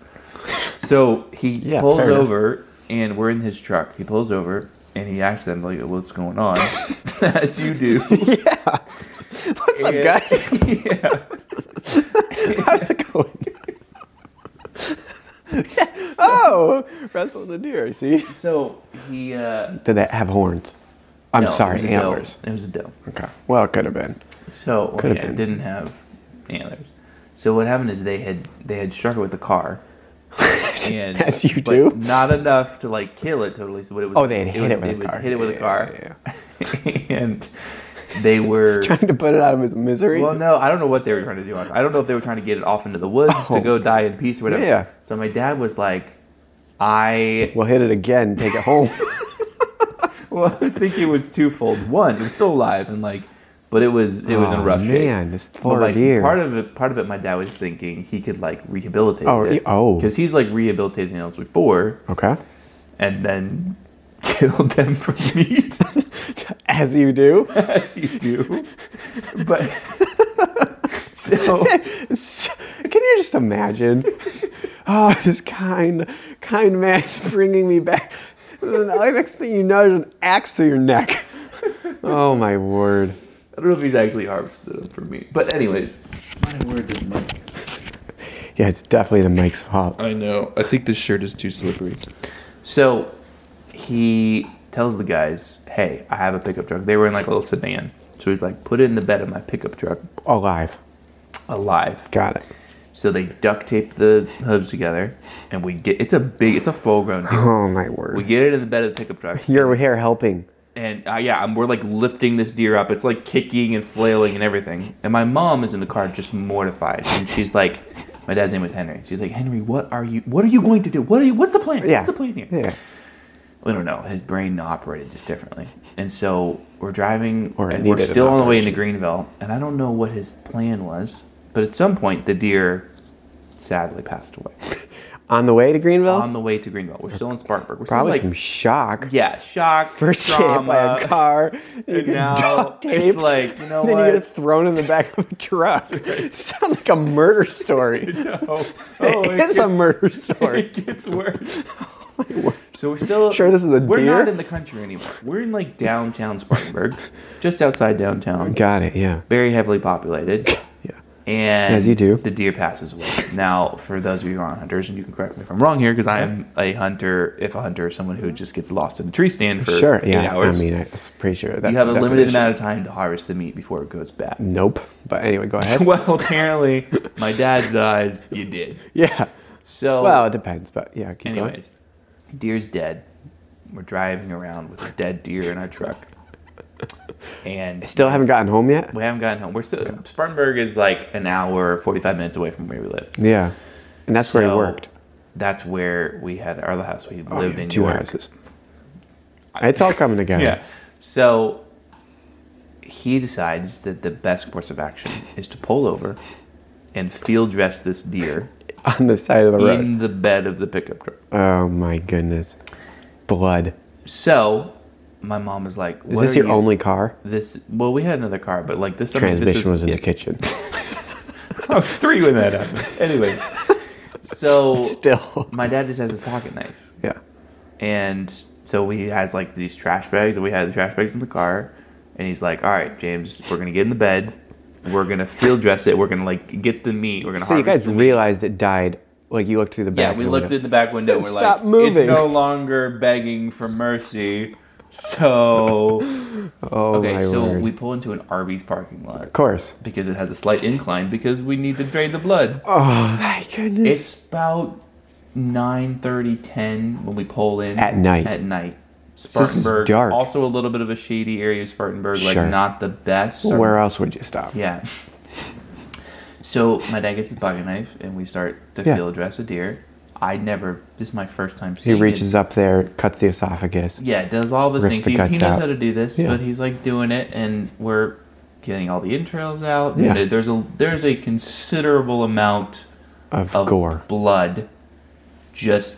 So he
Yeah,
pulls
fair enough.
over, and we're in his truck. He pulls over, and he asks them like, "What's going on?" As you do.
Yeah. What's up,
And-
guys?
yeah.
How's it going? Oh, wrestling the deer. See?
So he. Uh,
Did it have horns? I'm
no,
sorry,
it was a doe.
antlers.
It was a doe.
Okay. Well, it could have been.
So well,
Could've
yeah,
been.
it didn't have antlers. So what happened is they had they had struck it with the car. And
As you
but
do.
Not enough to like kill it totally. So what it was
Oh, they had
it
hit
was-
it with a
would
car.
Hit it with a
Yeah,
car. and They were
trying to put it out of his misery.
Well, no, I don't know what they were trying to do. I don't know if they were trying to get it off into the woods
Oh.
to go die in peace or whatever.
Yeah.
So my dad was like, I
We'll hit it again, take it home.
well, I think it was twofold. One, it was still alive and like, but it was it was in
Oh,
rough shape.
man, this
But,
poor
like,
deer.
Part of it, part of it, my dad was thinking he could like rehabilitate.
Oh,
it.
he- oh.
because he's like rehabilitated animals before,
okay.
and then killed them for meat,
As you do.
as you do. But so
Can you just imagine? Oh, this kind, kind man bringing me back. And then the next thing you know, there's an axe through your neck. Oh my word!
I don't know if he's actually harvested them for meat. But anyways,
My word, this mic.
Yeah, it's definitely the Mike's fault.
I know. I think this shirt is too slippery. So he tells the guys, hey, I have a pickup truck. They were in like a little sedan. So he's like, put it in the bed of my pickup truck
Alive.
alive.
Got it.
So they duct tape the hooves together and we get it's a big it's a full grown deer.
Oh my
We
word!
get it in the bed of the pickup truck.
You're here helping.
and uh, yeah, and we're like lifting this deer up. It's like kicking and flailing and everything. And my mom is in the car, just mortified. And she's like, "My dad's name was Henry." She's like, "Henry, what are you? What are you going to do? What are you? What's the plan?
Yeah.
What's the plan here?"
Yeah.
We don't know. His brain operated just differently. And so we're driving,
Or it
and we're
needed an
still on the way into
operation.
Greenville. And I don't know what his plan was, but at some point the deer sadly passed away
On the way to Greenville.
on the way to Greenville. We're still in Spartanburg. We're
Probably
still
from
like,
shock.
yeah, shock,
First hit by
trauma.
a car. You
And
get
now
duct
it's
taped,
like, you know
then you
what?
get thrown in the back of a truck. Sounds like a murder story.
Oh,
it is a murder story.
it gets worse. So we're still
Sure this is a
We're
deer?
not in the country anymore. We're in like downtown Spartanburg, just outside downtown,
Got it. Yeah.
very heavily populated,
Yeah.
and
As you do.
the deer passes away. Now, for those of you who aren't hunters, and you can correct me if I'm wrong here, because I am a hunter. If a hunter, someone who just gets lost in a tree stand for
Sure.
eight
Yeah. I
hours,
mean, I'm pretty sure that's
you have a
the
limited
definition.
amount of time to harvest the meat before it goes bad.
Nope. But anyway, go ahead.
well, apparently, my dad's eyes, you did.
yeah.
So
Well, it depends, but yeah. Keep going.
Anyways, deer's dead. We're driving around with a dead deer in our truck, and
Still haven't gotten home yet.
we haven't gotten home. We're still Spartanburg is like an hour, forty five minutes away from where we live.
Yeah. And that's where he
So,
worked.
That's where we had our other house. We lived
Oh, yeah,
in
two
New York.
houses. It's all coming together.
Yeah. So he decides that the best course of action is to pull over and field dress this deer
On the side of the road.
in the bed of the pickup truck.
Oh my goodness. Blood.
So my mom was like,
Is
"What
this
are
your
you-
only car?
This well, we had another car, but like this I mean, this
Transmission
is-
was in
yeah.
the kitchen.
I was Oh, three when that happened. Anyway, so
Still.
my dad just has his pocket knife,
Yeah.
and so he has like these trash bags, and we had the trash bags in the car, and he's like, "All right, James, we're gonna get in the bed, we're gonna field dress it, we're gonna like get the meat, we're gonna."
So you
harvest
guys
the meat."
realized it died. Like you looked through the back.
Yeah, we
of the
looked
window.
in the back window.
It
We're
stopped
like,
moving.
it's no longer begging for mercy. So
Oh
okay,
my
so
word.
we pull into an Arby's parking lot.
of course.
because it has a slight incline because we need to drain the blood.
Oh my goodness.
It's about 9:30, 10 when we pull in
At night.
At night.
this is
Spartanburg,
dark.
also a little bit of a shady area of Spartanburg, like
Sure.
not the best.
Where else would you stop?
Yeah. So my dad gets his pocket knife, and we start to
Yeah.
field dress a deer. I never. This is my first time
He
seeing.
reaches
it.
up there, cuts the esophagus.
Yeah, does all the
rips
things.
the
He, he
guts
knows
out.
how to do this,
Yeah.
but he's like doing it, and we're getting all the entrails out.
Yeah.
And there's a there's a considerable amount
Of
of
gore.
blood just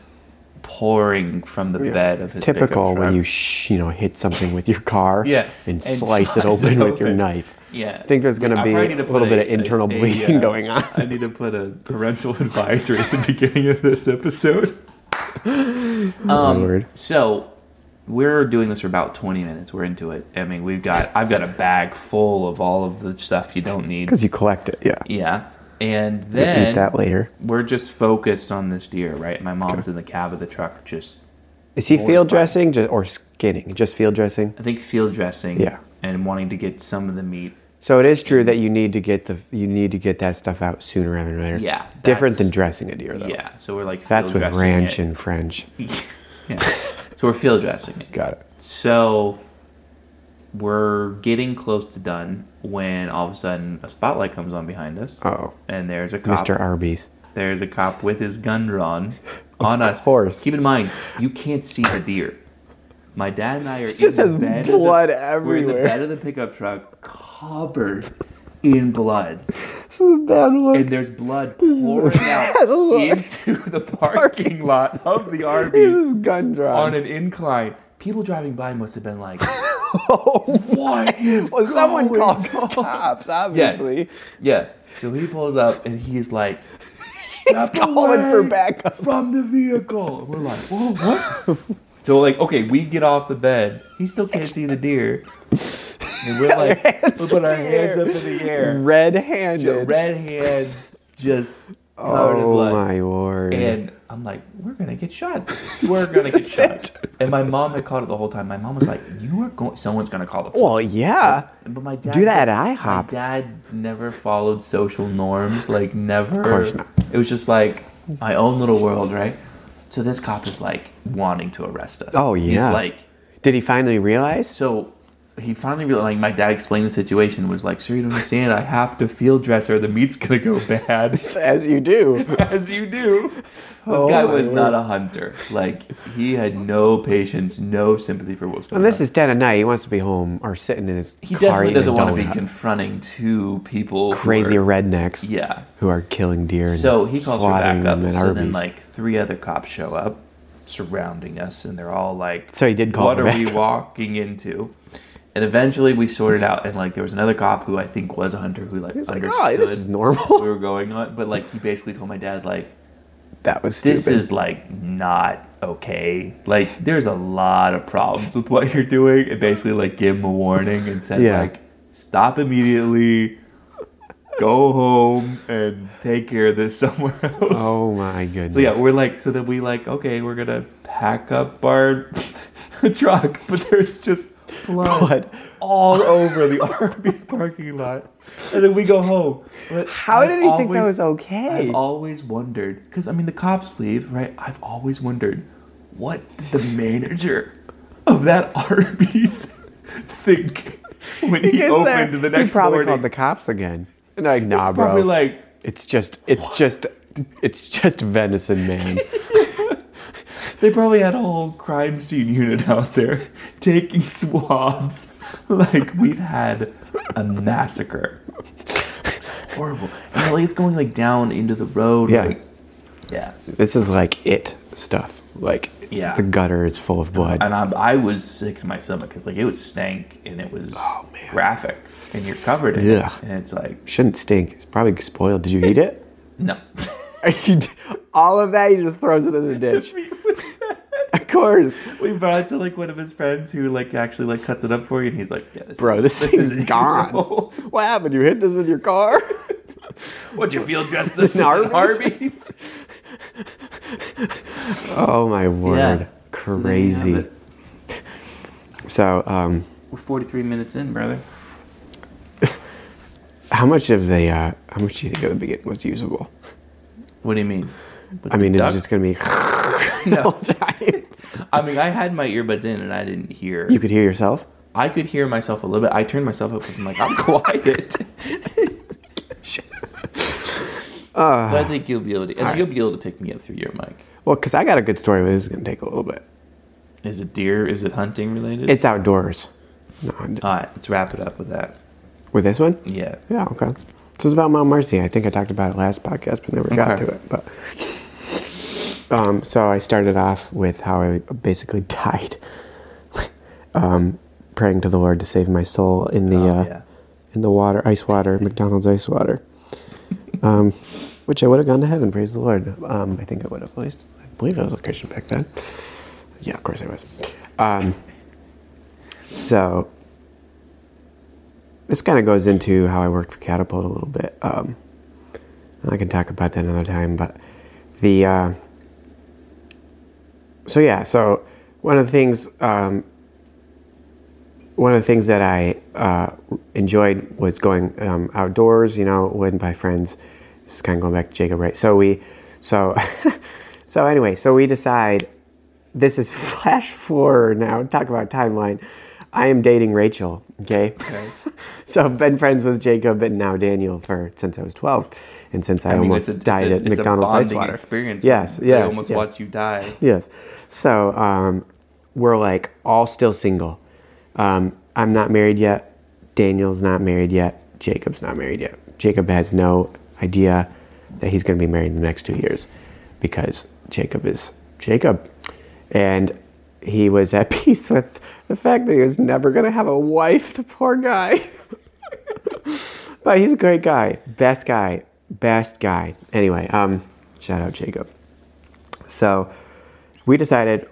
pouring from the bed of his pickup
Typical
truck.
when you sh- you know hit something with your car.
Yeah,
And,
and
slice it open with your knife.
yeah
I think there's gonna
I
be
probably need
a
put
little bit of internal bleeding
uh,
going on.
I need to put a parental advisory at the beginning of this episode.
Lord.
Um, so we're doing this for about 20 minutes. We're into it. I mean, we've got I've got a bag full of all of the stuff you don't need.
Because you collect it. Yeah.
Yeah, and
You
then
eat that later.
we're just focused on this deer, right? My mom's in the cab of the truck, just
Is he
mortified.
field dressing ju- or skinning? Just field dressing.
I think field dressing,
Yeah.
and wanting to get some of the meat.
So it is true that you need to get the you need to get that stuff out sooner rather than later.
Yeah,
Different than
that's-
dressing a deer though.
Yeah, uh, so we're like
That's
field
with
dressing
ranch
it.
and French.
yeah, so we're field dressing it.
Got it.
So we're getting close to done when all of a sudden a spotlight comes on behind us.
Oh,
And there's a cop.
Mr. Arby's.
There's a cop with his gun drawn on us.
course.
Keep in mind, you can't see the deer. My dad and I are
just
in the
has
bed. of
blood
the, We're in
everywhere.
the bed of the pickup truck, covered in blood,
This is a bad look.
and there's blood pouring out
bad look.
into the parking lot of the
this
Arby's
is gun
on
drawn.
an incline. People driving by must have been like,
Oh,
"What is
well, someone
going
called the cops, obviously.
Yeah. So he pulls up and he's like, "Step
Calling for
away
backup.
from the vehicle." And we're like, "Whoa, what?" so like, okay, we get off the bed. He still can't see the deer. And we're like,
hands
we put
in
our
the
hands
air.
up in the air.
Red-handed.
Red hands just covered in
oh
blood.
my lord.
And I'm like, we're gonna get shot. We're gonna get
is
shot.
it.
And my mom had caught it the whole time. My mom was like, you are going. Someone's gonna call the police.
well, yeah.
But my dad
Do that at
My
IHOP.
dad never followed social norms, like never. Of
course not.
It was just like my own little world, right? So this cop is like wanting to arrest us.
Oh, yeah.
He's like,
Did he finally realize?
so he finally realized. Like my dad explained the situation was like, sir, you don't understand. I have to field dress or the meat's gonna go bad.
As you do.
As you do. This
Oh,
guy
my
was
word.
not a hunter. Like he had no patience, no sympathy for what was going
And
on.
this is dead at night. He wants to be home or sitting in his
he
car
definitely
eating a
doesn't want to be
donut.
confronting two people who
crazy
are-
rednecks
Yeah.
who are killing deer. And
So he calls for
slaughtering
backup,
them
and
at
so then
Arby's.
like three other cops show up, surrounding us, and they're all like,
So he did call
What
for
are we
backup."
walking into?" And eventually we sorted out, and like there was another cop who I think was a hunter who like
He's like,
understood
"Oh, this is
what we
normal.
were going on, but like he basically told my dad like,
that was stupid.
"This is like not okay. Like there's a lot of problems with what you're doing," and basically like gave him a warning and said
Yeah.
like, "Stop immediately." Go home and take care of this somewhere else.
oh my goodness.
So yeah, we're like, so then we like, okay, we're gonna pack up our truck, but there's just blood,
Blood.
all over the Arby's parking lot, and then we go home. But
How
I've
did he think that
always-
was okay?
I've always wondered, because I mean, the cops leave, right? I've always wondered, what did the manager of that Arby's think when he,
gets
opened
there,
the next
He probably
morning?
called the cops again. And they're like, nah,
He's
bro.
probably like.
it's just, it's just, it's just venison, man.
They probably had a whole crime scene unit out there taking swabs. Like we've had a massacre. It's horrible. And like it's going like down into the road.
Yeah.
like- yeah.
this is like it stuff. Like,
Yeah.
the gutter is full of blood.
And I, I was sick to my stomach because like it was stank and it was
Oh, man.
graphic, and you're covered in
Yeah.
it, and it's like
Shouldn't stink. It's probably spoiled. Did you eat it?
no.
Are you, all of that, he just throws it in the ditch. of course.
we brought it to like one of his friends who like actually like cuts it up for you, and he's like, "Yeah, this
Bro,
is,
this, thing's
is
gone.
usable.
What happened? You hit this with your car?
What'd you feel dressed this in
Arby's?
Arby's?
oh my word.
So there you have
Crazy.
it.
So, um,
We're 43 minutes in, brother.
how much of the uh, how much do you think of the beginning was usable?
What do you mean?
I mean, is
duck?
it just gonna be the
No.
whole time?
I mean, I had my earbuds in and I didn't hear.
You could hear yourself.
I could hear myself a little bit. I turned myself up because I'm like, I'm quiet. so I think you'll be able to. I think
Ah. right.
you'll be able to pick me up through your mic.
Well, because I got a good story, but this is gonna take a little bit.
Is it deer? Is it hunting related?
It's outdoors. No, I'm-
all right. Let's wrap it up with that.
with this one?
Yeah.
Yeah, okay. This is about Mount Mercy. I think I talked about it last podcast, but never got
Okay.
to it. But um, so I started off with how I basically died, um, praying to the Lord to save my soul in the
Oh,
uh,
yeah.
in the water, ice water, McDonald's ice water, um, which I would have gone to heaven. Praise the Lord. Um, I think I would have, at least. I believe I was a Christian back then. Yeah, of course I was. Um, so this kind of goes into how I worked for Catapult a little bit. Um, and I can talk about that another time, but the uh, so yeah, so one of the things um, one of the things that I uh, enjoyed was going um, outdoors, you know, with my friends. This is kind of going back to Jacob, right? So we, so, so anyway, so we decide. This is flash forward now. Talk about timeline. I am dating Rachel, okay?
Okay.
So I've been friends with Jacob and now Daniel for since I was 12 and since I,
I mean,
almost
it's a,
died
it's a,
at
it's
McDonald's
a
ice
bonding
water.
experience.
Yes,
They
yes,
almost
yes.
watch you die.
Yes. So um, we're like all still single. Um, I'm not married yet. Daniel's not married yet. Jacob's not married yet. Jacob has no idea that he's going to be married in the next two years because Jacob is Jacob. And he was at peace with the fact that he was never going to have a wife, the poor guy. but he's a great guy. Best guy. Best guy. Anyway, um, shout out Jacob. So we decided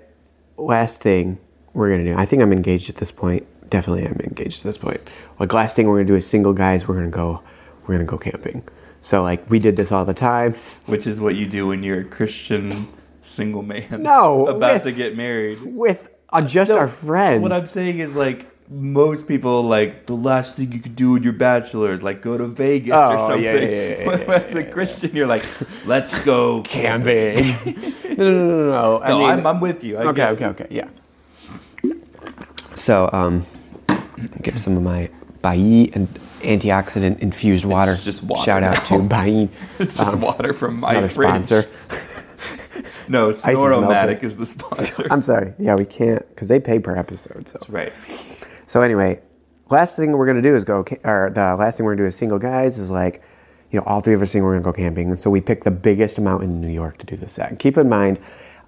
last thing we're going to do. I think I'm engaged at this point. Definitely I'm engaged at this point. Like last thing we're going to do is single guys, we're going to go we're going to go camping. So like we did this all the time.
Which is what you do when you're a Christian single man.
No,
About
with-
to get married.
with uh, just our friends.
What I'm saying is like most people like the last thing you could do when you're bachelor is like go to Vegas or
Oh,
something.
yeah, yeah, yeah, yeah,
But
yeah,
As a Christian, you're like, let's go camping.
no, no, no, no, no. I
No,
mean,
I'm, I'm with you. I
okay,
get
okay, okay, yeah. So, um, give some of my Bailly and antioxidant infused water.
just water
Shout out
now.
to Bailly.
It's just water from my
Um, Not a
fridge.
sponsor.
No,
melted.
Snoromatic is the sponsor.
I'm sorry. Yeah, we can't because they pay per episode. So,
right.
so anyway, last thing we're gonna do is go, ca- or the last thing we're gonna do as single guys is like, you know, all three of us think we're gonna go camping, and so we picked the biggest mountain in New York to do this at. Keep in mind,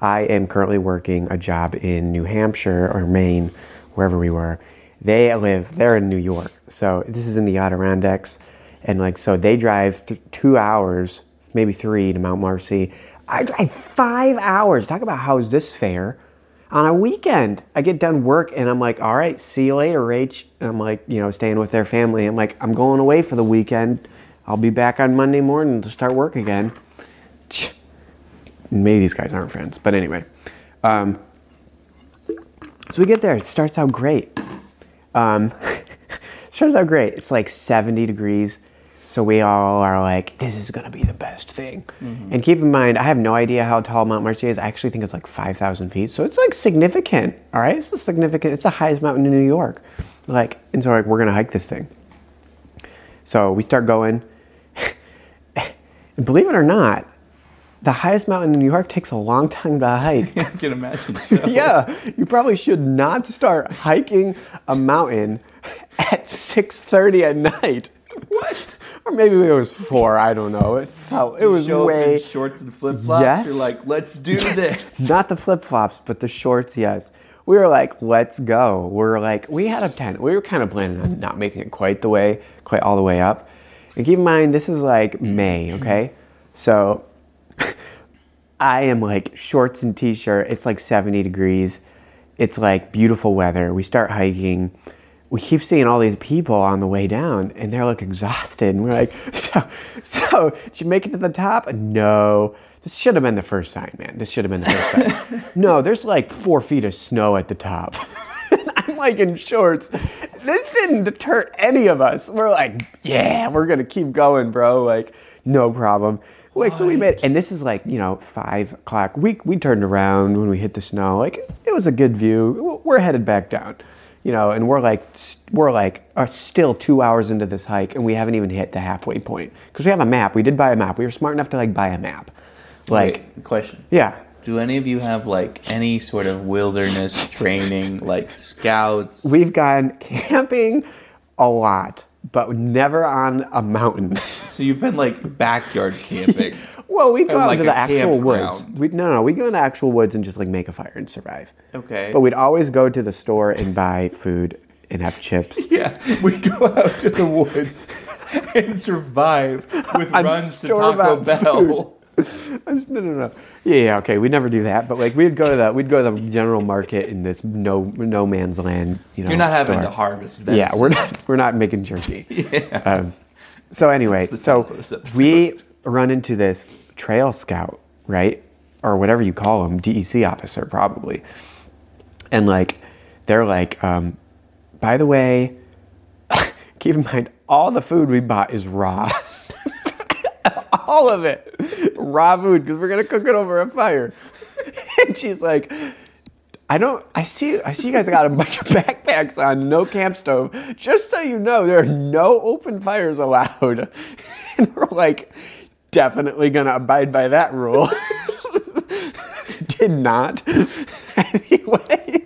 I am currently working a job in New Hampshire or Maine, wherever we were. They live, they're in New York, so this is in the Adirondacks, and like, so they drive th- two hours, maybe three, to Mount Marcy. I drive five hours. Talk about how is this fair? on a weekend. I get done work and I'm like, all right, see you later, Rach. And I'm like, you know, staying with their family. I'm like, I'm going away for the weekend. I'll be back on Monday morning to start work again. Tch. Maybe these guys aren't friends, but anyway. Um, so we get there. It starts out great. Um, starts out great. It's like 70 degrees. So we all are like, this is going to be the best thing. And keep in mind, I have no idea how tall Mount Marcy is. I actually think it's like 5,000 feet. So it's like significant. All right. It's a significant, it's the highest mountain in New York. Like, and so like, we're going to hike this thing. So we start going. And Believe it or not, the highest mountain in New York takes a long time to hike
I can imagine. So.
yeah, you probably should not start hiking a mountain at 6:30 at night. What? Or maybe it was 4, I don't know. It felt it
You
was
show up in
way
shorts and flip flops.
Yes.
You're like, let's do this.
not the flip-flops, but the shorts, yes. We were like, let's go. We are like, we had a tent. We were kind of planning on not making it quite the way, quite all the way up. And keep in mind, this is like May, okay? So I am like shorts and t-shirt. It's like 70 degrees. It's like beautiful weather. We start hiking. We keep seeing all these people on the way down, and they're like exhausted. And we're like, so, so, did you make it to the top? No. This should have been the first sign, man. This should have been the first sign. no, there's like four feet of snow at the top. And I'm like in shorts. This didn't deter any of us. We're like, yeah, we're gonna keep going, bro. Like, no problem. Like, so we made, and this is like, you know, five o'clock. We we turned around when we hit the snow. Like, it was a good view. We're headed back down, you know, and we're like, we're like, are still two hours into this hike, and we haven't even hit the halfway point because we have a map. We did buy a map. We were smart enough to like buy a map. Like,
Wait, question.
yeah,
Do any of you have like any sort of wilderness training, like scouts?
We've gone camping a lot, but never on a mountain.
So you've been like backyard camping.
well, we go
And
out
like
into
a
the actual woods.
campground.
We, no, no, we go in the actual woods and just like make a fire and survive.
Okay.
But we'd always go to the store and buy food and have chips.
yeah, we go out to the woods and survive with
I'm
runs to
sure
Taco
about
Bell.
I just- no, no, no. Yeah, yeah, okay. We'd never do that, but like we'd go to the we'd go to the general market in this no no man's land. You know,
You're not having
store.
to harvest.
Yeah,
venison.
we're not we're not making jerky. Um, so anyway,
the
so
title of this episode.
we run into this trail scout, right, or whatever you call him, DEC officer probably, and like they're like, um, by the way, keep in mind all the food we bought is raw. all of it. Raw food, because we're gonna cook it over a fire. and she's like, I don't. I see. I see you guys got a bunch of backpacks on. No camp stove. Just so you know, there are no open fires allowed. and we're like, definitely gonna abide by that rule. Did not. anyway,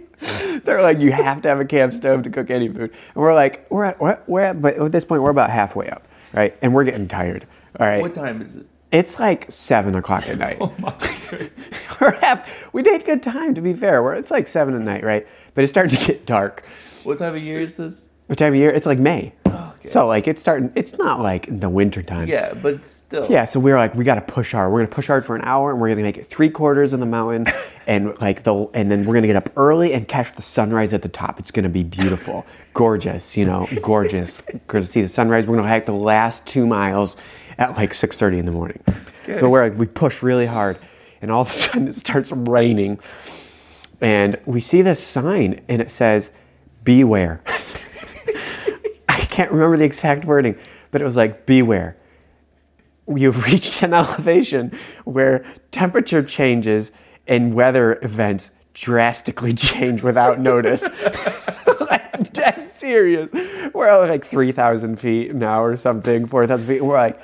they're like, you have to have a camp stove to cook any food. And we're like, we're at, we're, we're at, but at this point, we're about halfway up, right? And we're getting tired. All right.
What time is it?
It's like seven o'clock at night.
Oh my god.
We're half, we did good time, to be fair. We're, it's like seven at night, right? But it's starting to get dark.
What time of year is this?
What time of year? It's like May.
okay.
So like it's starting. It's not like the winter time.
Yeah, but still.
Yeah, so we were like, we gotta push hard. We're gonna push hard for an hour, and we're gonna make it three quarters in the mountain, and like the, and then we're gonna get up early and catch the sunrise at the top. It's gonna be beautiful, gorgeous, you know, gorgeous. gonna see the sunrise. We're gonna hike the last two miles at like six thirty in the morning. So we're like, we push really hard, and all of a sudden it starts raining, and we see this sign, and it says, "Beware." I can't remember the exact wording, but it was like, beware. You've reached an elevation where temperature changes and weather events drastically change without notice. like, dead serious. We're at like 3,000 feet now or something, 4,000 feet. And we're like,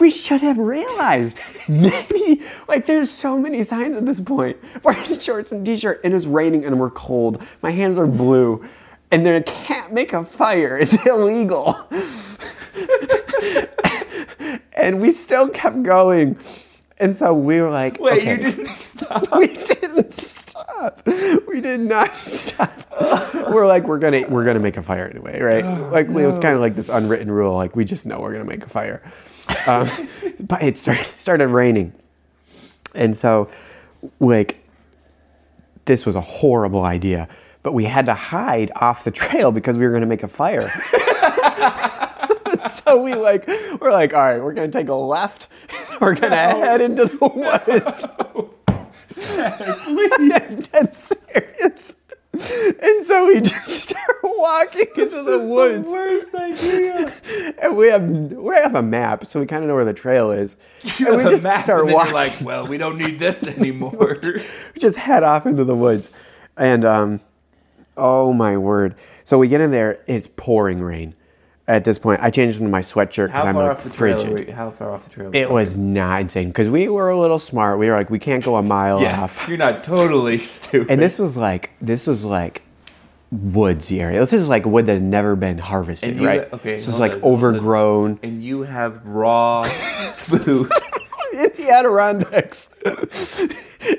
we should have realized. Maybe, like, there's so many signs at this point. We're in shorts and t shirt, and it's raining and we're cold. My hands are blue and then I can't make a fire. It's illegal. and we still kept going. And so we were like,
Wait,
okay.
you didn't stop.
we didn't stop. We did not stop. we're like, we're gonna we're gonna make a fire anyway, right?
Oh,
like it was kind of like this unwritten rule. Like we just know we're gonna make a fire. Um, but it started started raining, and so like this was a horrible idea. But we had to hide off the trail because we were gonna make a fire. so we like we're like, all right, we're gonna take a left. We're gonna head into the woods. I'm dead serious. And so we just start walking into the woods,
worst idea.
and we have we have a map, so we kind of know where the trail is, and we just start walking.
like, well, we don't need this anymore.
we just head off into the woods, and um, oh my word! So we get in there, it's pouring rain. At this point, I changed into my sweatshirt because
How
I'm
far
like
off the trail?
frigid.
were you- How far off the trail? were you?
It was not insane because we were a little smart. We were like, we can't go a mile
yeah,
off.
you're not totally stupid.
And this was like this was like woodsy area. This is like wood that had never been harvested,
And you-
right?
okay,
so it's
hold
like
on, hold on.
overgrown.
and you have raw food.
in the Adirondacks.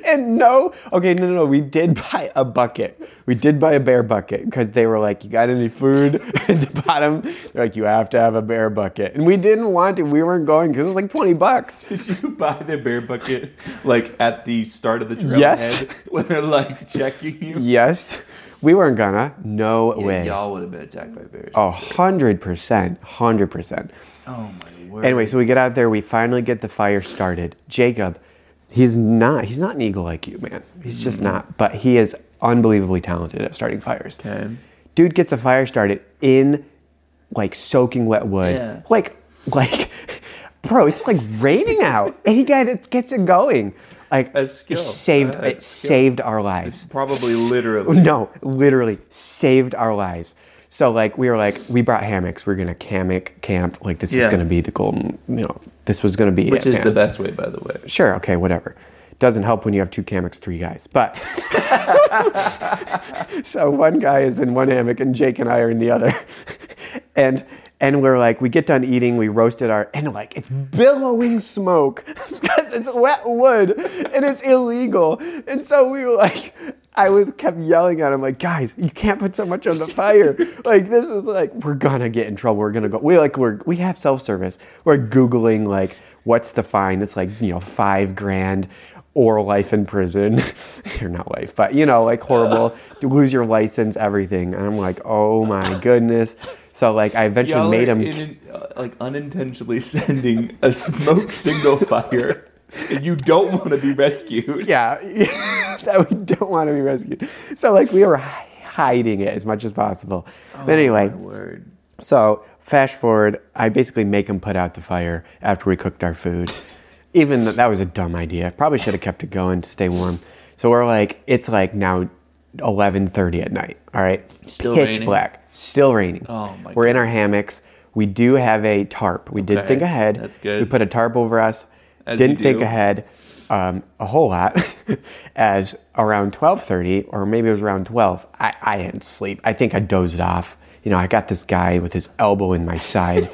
and no, okay, no, no, no. We did buy a bucket. We did buy a bear bucket because they were like, "You got any food?" At the bottom, they're like, "You have to have a bear bucket," and we didn't want to. We weren't going because it was like twenty bucks.
Did you buy the bear bucket like at the start of the trailhead
Yes.
when they're like checking you?
Yes, we weren't gonna. No way.
Y'all would have been attacked by bears.
A hundred percent, hundred percent.
Oh my word.
Anyway, so we get out there. We finally get the fire started. Jacob, he's not. He's not an eagle like you, man. He's
Mm.
just not. But he is unbelievably talented at starting fires.
Okay.
Dude gets a fire started in like soaking wet wood.
Yeah.
Like, like, bro, it's like raining out, and he got it gets it going. Like,
That's skill.
it saved
Uh,
it
that's skill.
saved our lives.
Probably literally.
No, literally saved our lives. So like we were like we brought hammocks. We are gonna hammock camp. Like this
Yeah.
was gonna be the golden. You know, this was gonna be
Which
it,
is the
man.
best way, by the way.
Sure, okay, whatever. Doesn't help when you have two hammocks, three guys. But so one guy is in one hammock and Jake and I are in the other, and and we're like we get done eating, we roasted our and like it's billowing smoke because it's wet wood and it's illegal, and so we were like. I was kept yelling at him like, guys, you can't put so much on the fire. Like this is like we're gonna get in trouble. We're gonna go. We like we're we have self service. We're googling like what's the fine? It's like you know five grand or life in prison. You're not life, but you know, like horrible, you lose your license, everything. And I'm like, oh my goodness. So like, I eventually
Y'all
made
are
him.
in- uh, like unintentionally sending a smoke signal fire, and you don't want to be rescued.
yeah, that we don't want to be rescued. So like, we were hi- hiding it as much as possible.
Oh
but anyway,
Word.
So fast forward, I basically make him put out the fire after we cooked our food. Even though that was a dumb idea. Probably should have kept it going to stay warm. So we're like, it's like now eleven thirty at night. All right,
Still
pitch
raining?
black, still raining.
Oh, my
We're in our hammocks. We do have a tarp. We did
Okay,
think ahead.
that's good.
We put a tarp over us.
As
Didn't
you
think
do.
ahead um, a whole lot. as around twelve thirty, or maybe it was around twelve. I, I didn't sleep. I think I dozed off. You know, I got this guy with his elbow in my side,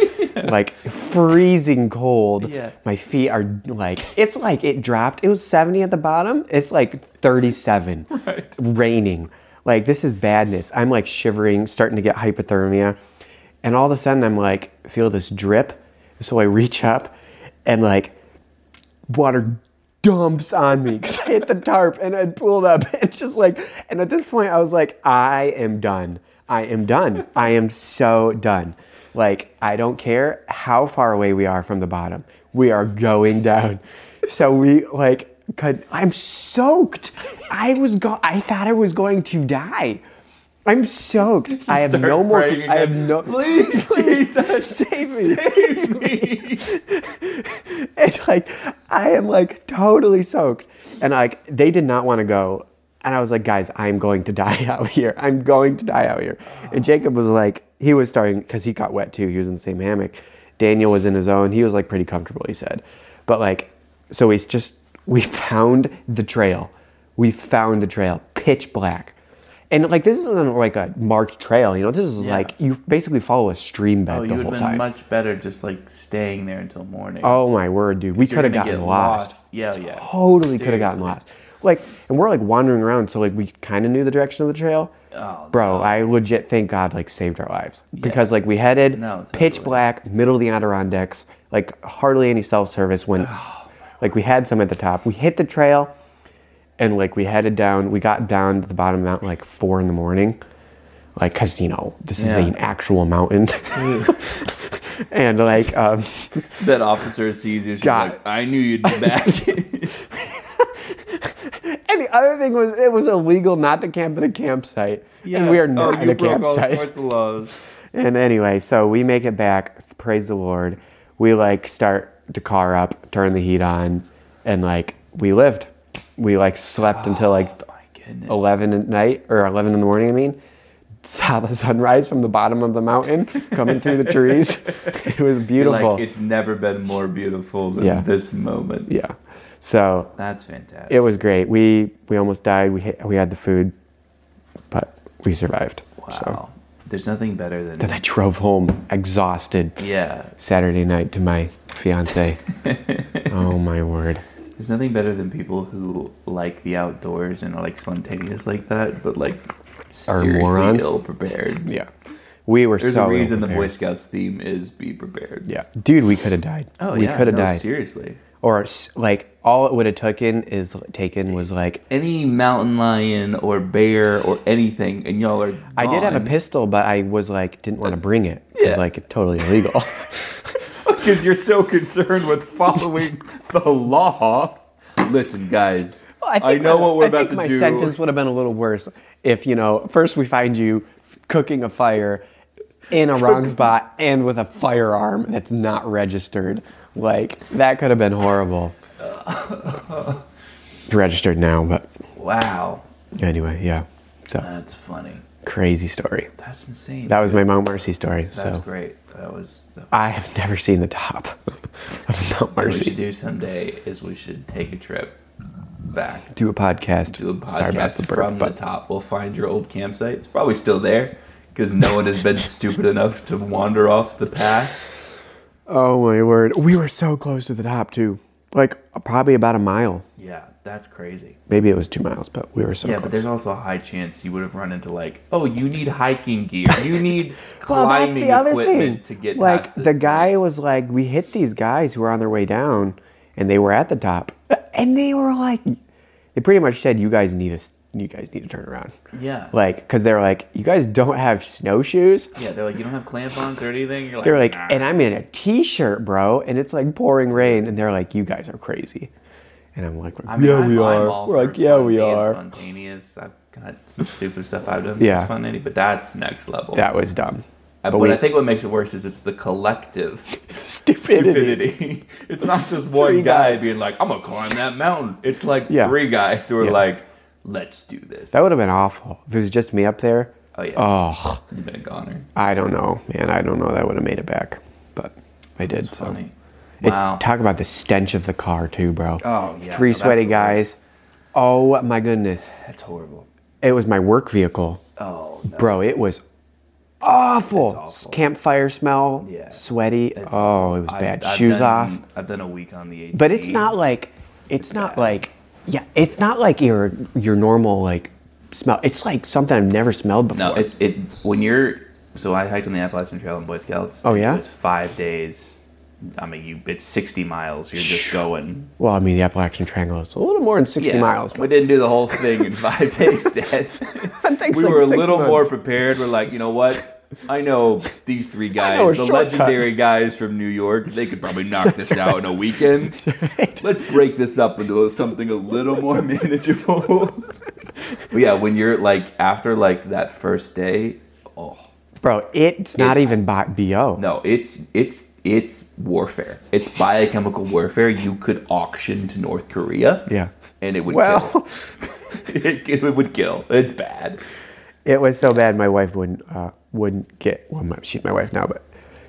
like freezing cold.
Yeah.
My feet are like it's like it dropped. It was 70 at the bottom. It's like 37.
Right.
Raining. Like this is badness. I'm like shivering, starting to get hypothermia. And all of a sudden I'm like feel this drip. So I reach up and like water dumps on me because I hit the tarp and I pulled up and just like and at this point I was like, I am done. I am done. I am so done. Like I don't care how far away we are from the bottom. We are going down. So we like could I'm soaked. I was go I thought I was going to die. I'm soaked. I have
Start
no more
praying
I have
again.
no
Please, Jesus,
save me.
save me.
and like I am like totally soaked. And like they did not want to go. And I was like, guys, I'm going to die out here. I'm going to die out here.
Oh.
And Jacob was like, he was starting because he got wet too. He was in the same hammock. Daniel was in his own. He was like pretty comfortable, he said. But like, so he's just, we found the trail. We found the trail, pitch black. And like, this isn't like a marked trail, you know? This is
Yeah.
like, you basically follow a stream bed
Oh,
the
you would
whole
have been
time.
much better just like staying there until morning.
oh my word, dude. We
You're
could have
gonna
gotten
get
lost
Yeah, yeah.
totally could have gotten
Seriously.
lost. Like, and we're like wandering around, so like we kind of knew the direction of the trail.
Oh,
Bro, I legit thank God like saved our lives because like we headed
No, totally.
pitch black, middle of the Adirondacks, like hardly any self service
Oh,
when, like we had some at the top. We hit the trail, and like we headed down. We got down to the bottom of the mountain like four in the morning, like because you know this
Yeah.
is an actual mountain, and like um,
That officer sees you. She's
God.
like, I knew you'd be back.
And the other thing was, it was illegal not to camp at a campsite, and we are not
oh,
at
you
a
broke all
campsite.
sorts of laws.
And anyway, so we make it back. Praise the Lord. We like start the car up, turn the heat on, and like we lived. We like slept until like
My goodness.
11 at night or 11 in the morning, I mean, saw the sunrise from the bottom of the mountain coming through the trees. It was beautiful.
Like it's never been more beautiful than
Yeah.
this moment.
yeah. So
That's fantastic.
it was great. We we almost died. We hit, we had the food, but we survived.
wow. There's nothing better than
Then I drove home exhausted
yeah.
Saturday night to my fiance. oh my word.
There's nothing better than people who like the outdoors and are like spontaneous like that, but like seriously
morons.
ill prepared.
Yeah. We were
There's
so
a reason the
ill-prepared.
Boy Scouts theme is be prepared.
Yeah. Dude, we could have died.
Oh
we
yeah.
could have
no,
died.
Seriously.
Or s- like all it would have taken is taken was like
Any mountain lion or bear or anything, and y'all are.
I did have a
gone.
pistol, but I was like didn't want to bring it cuz
Yeah.
like it's totally illegal.
Because you're so concerned with following the law. Listen, guys, I, know what we're
I
about
think
to
my
do.
sentence would have been a little worse if you know first we find you cooking a fire in a wrong spot and with a firearm that's not registered. Like that could have been horrible. it's registered now, but
Wow,
anyway, yeah. So
that's funny.
crazy story.
That's insane.
That was my Mount Mercy story.
that's
so
great. That was. That
I have never seen the top of Mount
what we
Mercy.
should do someday is we should take a trip back
Do a podcast.
do a podcast
Sorry about the burp,
from
but
the top. We'll find your old campsite. It's probably still there because no one has been stupid enough to wander off the path.
Oh my word. We were so close to the top too. Like probably about a mile.
Yeah, that's crazy.
Maybe it was two miles, but we were so
Yeah,
close.
but there's also a high chance you would have run into like, oh, you need hiking gear. You need
well, that's
climbing
the other
equipment
thing.
to get
like
past this
the
place.
guy was like, we hit these guys who were on their way down, and they were at the top, and they were like, they pretty much said, you guys need us, you guys need to turn around.
Yeah.
Like, because they're like, you guys don't have snowshoes.
Yeah, they're like, you don't have crampons or anything. You're like,
They're like,
"Nah."
and I'm in a t-shirt, bro, and it's like pouring rain, and they're like, you guys are crazy, and I'm like,
I mean,
yeah,
I'm,
we
I'm
are.
all
We're
for
like, yeah,
fun
we
being
are.
Spontaneous. I've got some stupid stuff I've done.
Yeah.
Yeah, spontaneity, but that's next level.
That was dumb.
Uh, but I think what makes it worse is it's the collective
stupidity.
stupidity. it's not just
Three
one guy
guys.
being like, I'm gonna climb that mountain. It's like
Yeah.
three guys who are
Yeah.
like, let's do this.
That would have been awful if it was just me up there.
oh yeah,
Oh,
you've been a goner.
I don't know, man. I don't know. That would have made it back, but I did.
It's
so.
funny.
It-
Wow.
talk about the stench of the car too, bro.
Oh, yeah,
Three
no, that's
sweaty
the
guys. Oh my goodness.
That's horrible.
It was my work vehicle.
Oh no.
Bro, it was awful.
That's awful.
Campfire smell.
Yeah.
Sweaty.
That's
oh,
awful.
it was
I've-
bad.
I've
Shoes
done-
off.
I've done a E. week on the AT.
But it's not like it's, not
bad.
like yeah, it's not like your your normal like smell. It's like something I've never smelled before.
No, it's it when you're. So I hiked on the Appalachian Trail in Boy Scouts.
Oh, yeah?
It was five days. I mean, you it's sixty miles. You're just going.
well, I mean the Appalachian Triangle is a little more than sixty
Yeah,
miles.
We
But
didn't do the whole thing in five days. Dad.
takes
we
like
were a
six
little
months.
more prepared. We're like, you know what? I know these three guys,
know a
the
shortcut.
legendary guys from New York. They could probably knock this out in a weekend. Let's break this up into something a little more manageable. but yeah, when you're like after like that first day, oh
Bro, it's not
It's-
even by BO.
no, it's it's it's warfare. It's biochemical warfare. You could auction to North Korea.
Yeah.
and it would
Well-
kill. it, it would kill. It's bad.
It was so bad. My wife wouldn't uh, wouldn't get. Well, my, she's my wife now, but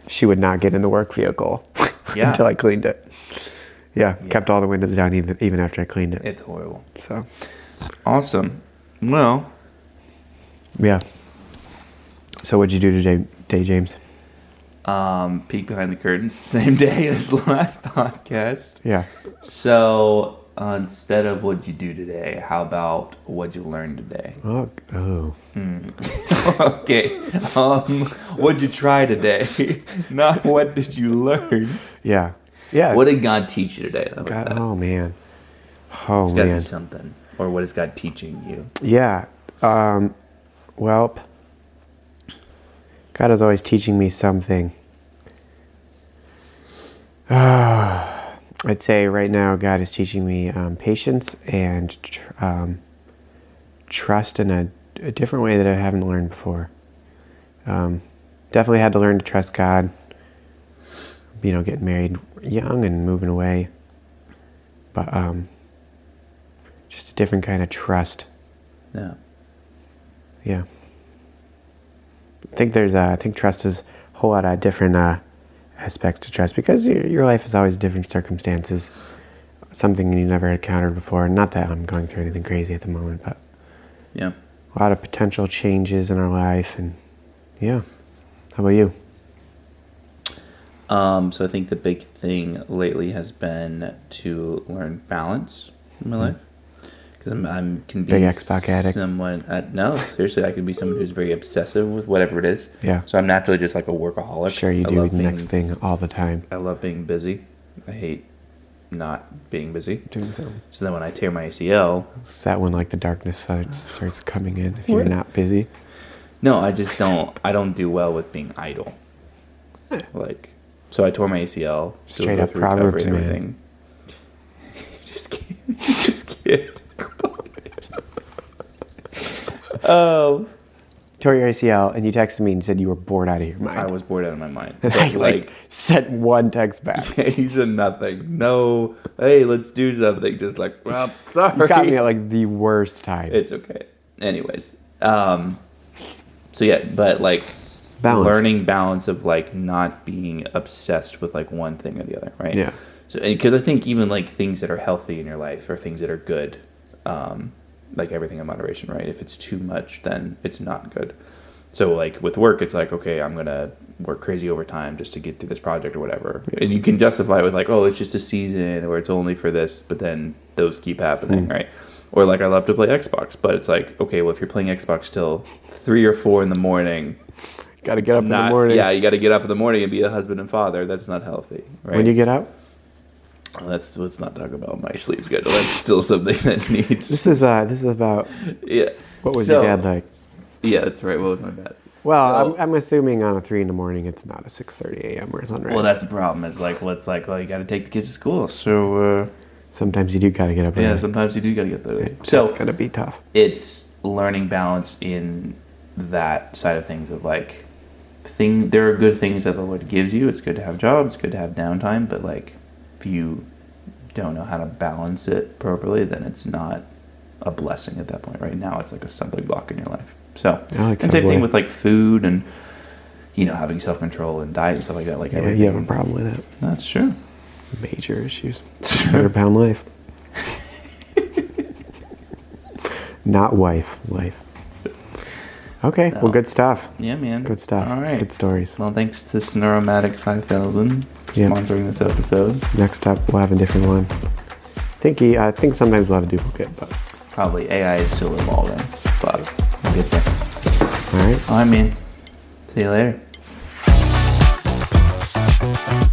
she would not get in the work vehicle
Yeah.
until I cleaned it. Yeah, kept all the windows down even even after I cleaned it.
It's horrible.
So
Awesome. Well,
yeah. So what'd you do today, day James?
um, peek behind the curtain. Same day as the last podcast.
Yeah.
So instead of what you do today, how about what you learned today?
Oh, oh.
okay. Um, what'd you try today? Not what did you learn.
yeah, yeah.
What did God teach you today? How about
God,
that?
oh man. Oh
It's got to
man.
be something. Or what is God teaching you?
Yeah. Um, well, God is always teaching me something. Ah, I'd say right now, God is teaching me um, patience and tr- um, trust in a, a different way that I haven't learned before. Um, definitely had to learn to trust God. You know, getting married young and moving away, but um, just a different kind of trust.
No.
Yeah. I think there's, uh, I think trust is a whole lot of different uh, aspects to trust because your, your life is always different circumstances, something you never encountered before. Not that I'm going through anything crazy at the moment, but
Yeah.
a lot of potential changes in our life. And yeah. How about you?
Um, so I think the big thing lately has been to learn balance in my life. Because I'm, I'm can be
Hmm. Big Xbox addict.
Someone, uh, no, seriously, I can be someone who's very obsessive with whatever it is.
Yeah.
So I'm naturally just like a workaholic.
Sure, you
I
do
love
the
being-
next thing all the time.
I love being busy. I hate not being busy.
Doing something.
So then when I tear my ACL,
It's that when like the darkness starts starts coming in if you're
What?
not busy.
No, I just don't. I don't do well with being idle. Like, so I tore my ACL. so
Straight
it was
up Proverbs,
recovery and
man.
everything. just kidding. Just kidding. um,
Tore your ACL and you texted me and said you were bored out of your mind.
I was bored out of my mind.
And
But,
I like sent one text back.
like, he said nothing. No, hey, let's do something. Just like, well, sorry.
You got me at like the worst time.
It's okay. Anyways, um, so yeah, but like
Balance.
learning balance of like not being obsessed with like one thing or the other, right?
Yeah.
So because I think even like things that are healthy in your life or things that are good, um, like everything in moderation, right? If it's too much, then it's not good. So like with work, it's like okay, I'm gonna work crazy overtime just to get through this project or whatever, and you can justify it with like, oh, it's just a season or it's only for this, but then those keep happening, right? Or like I love to play Xbox, but it's like okay, well if you're playing Xbox till three or four in the morning,
Got to get up in
not-
the morning.
yeah, you got to get up in the morning and be a husband and father. That's not healthy, right?
When you get up,
Let's let's not talk about my sleep schedule. That's still something that needs.
this is uh, this is about
Yeah.
what was
So-
your dad like?
Yeah, that's right. What was my dad?
Well,
So-
I'm, I'm assuming on a three in the morning, it's not a six thirty a.m. or sunrise.
Well, that's the problem. Is like, what's like, well, you got to take the kids to school. So uh,
sometimes you do gotta get up.
yeah,
early.
sometimes you do got to get there.
That's
So
gonna be tough.
it's learning balance in that side of things. Of like, thing there are good things that the Lord gives you. It's good to have jobs. It's good to have downtime. But like, if you don't know how to balance it properly, then it's not a blessing at that point. Right now, it's like a stumbling block in your life. So,
I like
and same
Subway.
thing with like food and you know having self control and diet and stuff like that. Like
Yeah,
everything.
you have a problem with it.
That's true.
Major issues. Six hundred pound life. Not wife, life. Okay, well,
So-
good stuff.
Yeah, man.
Good stuff.
All right.
Good stories.
Well, thanks to Snoromatic 5000
Yeah.
sponsoring this episode.
Next up, we'll have a different one. think he, I think sometimes we'll have a duplicate, but
Probably AI is still evolving, but we'll get there.
all right.
All right, man. See you later.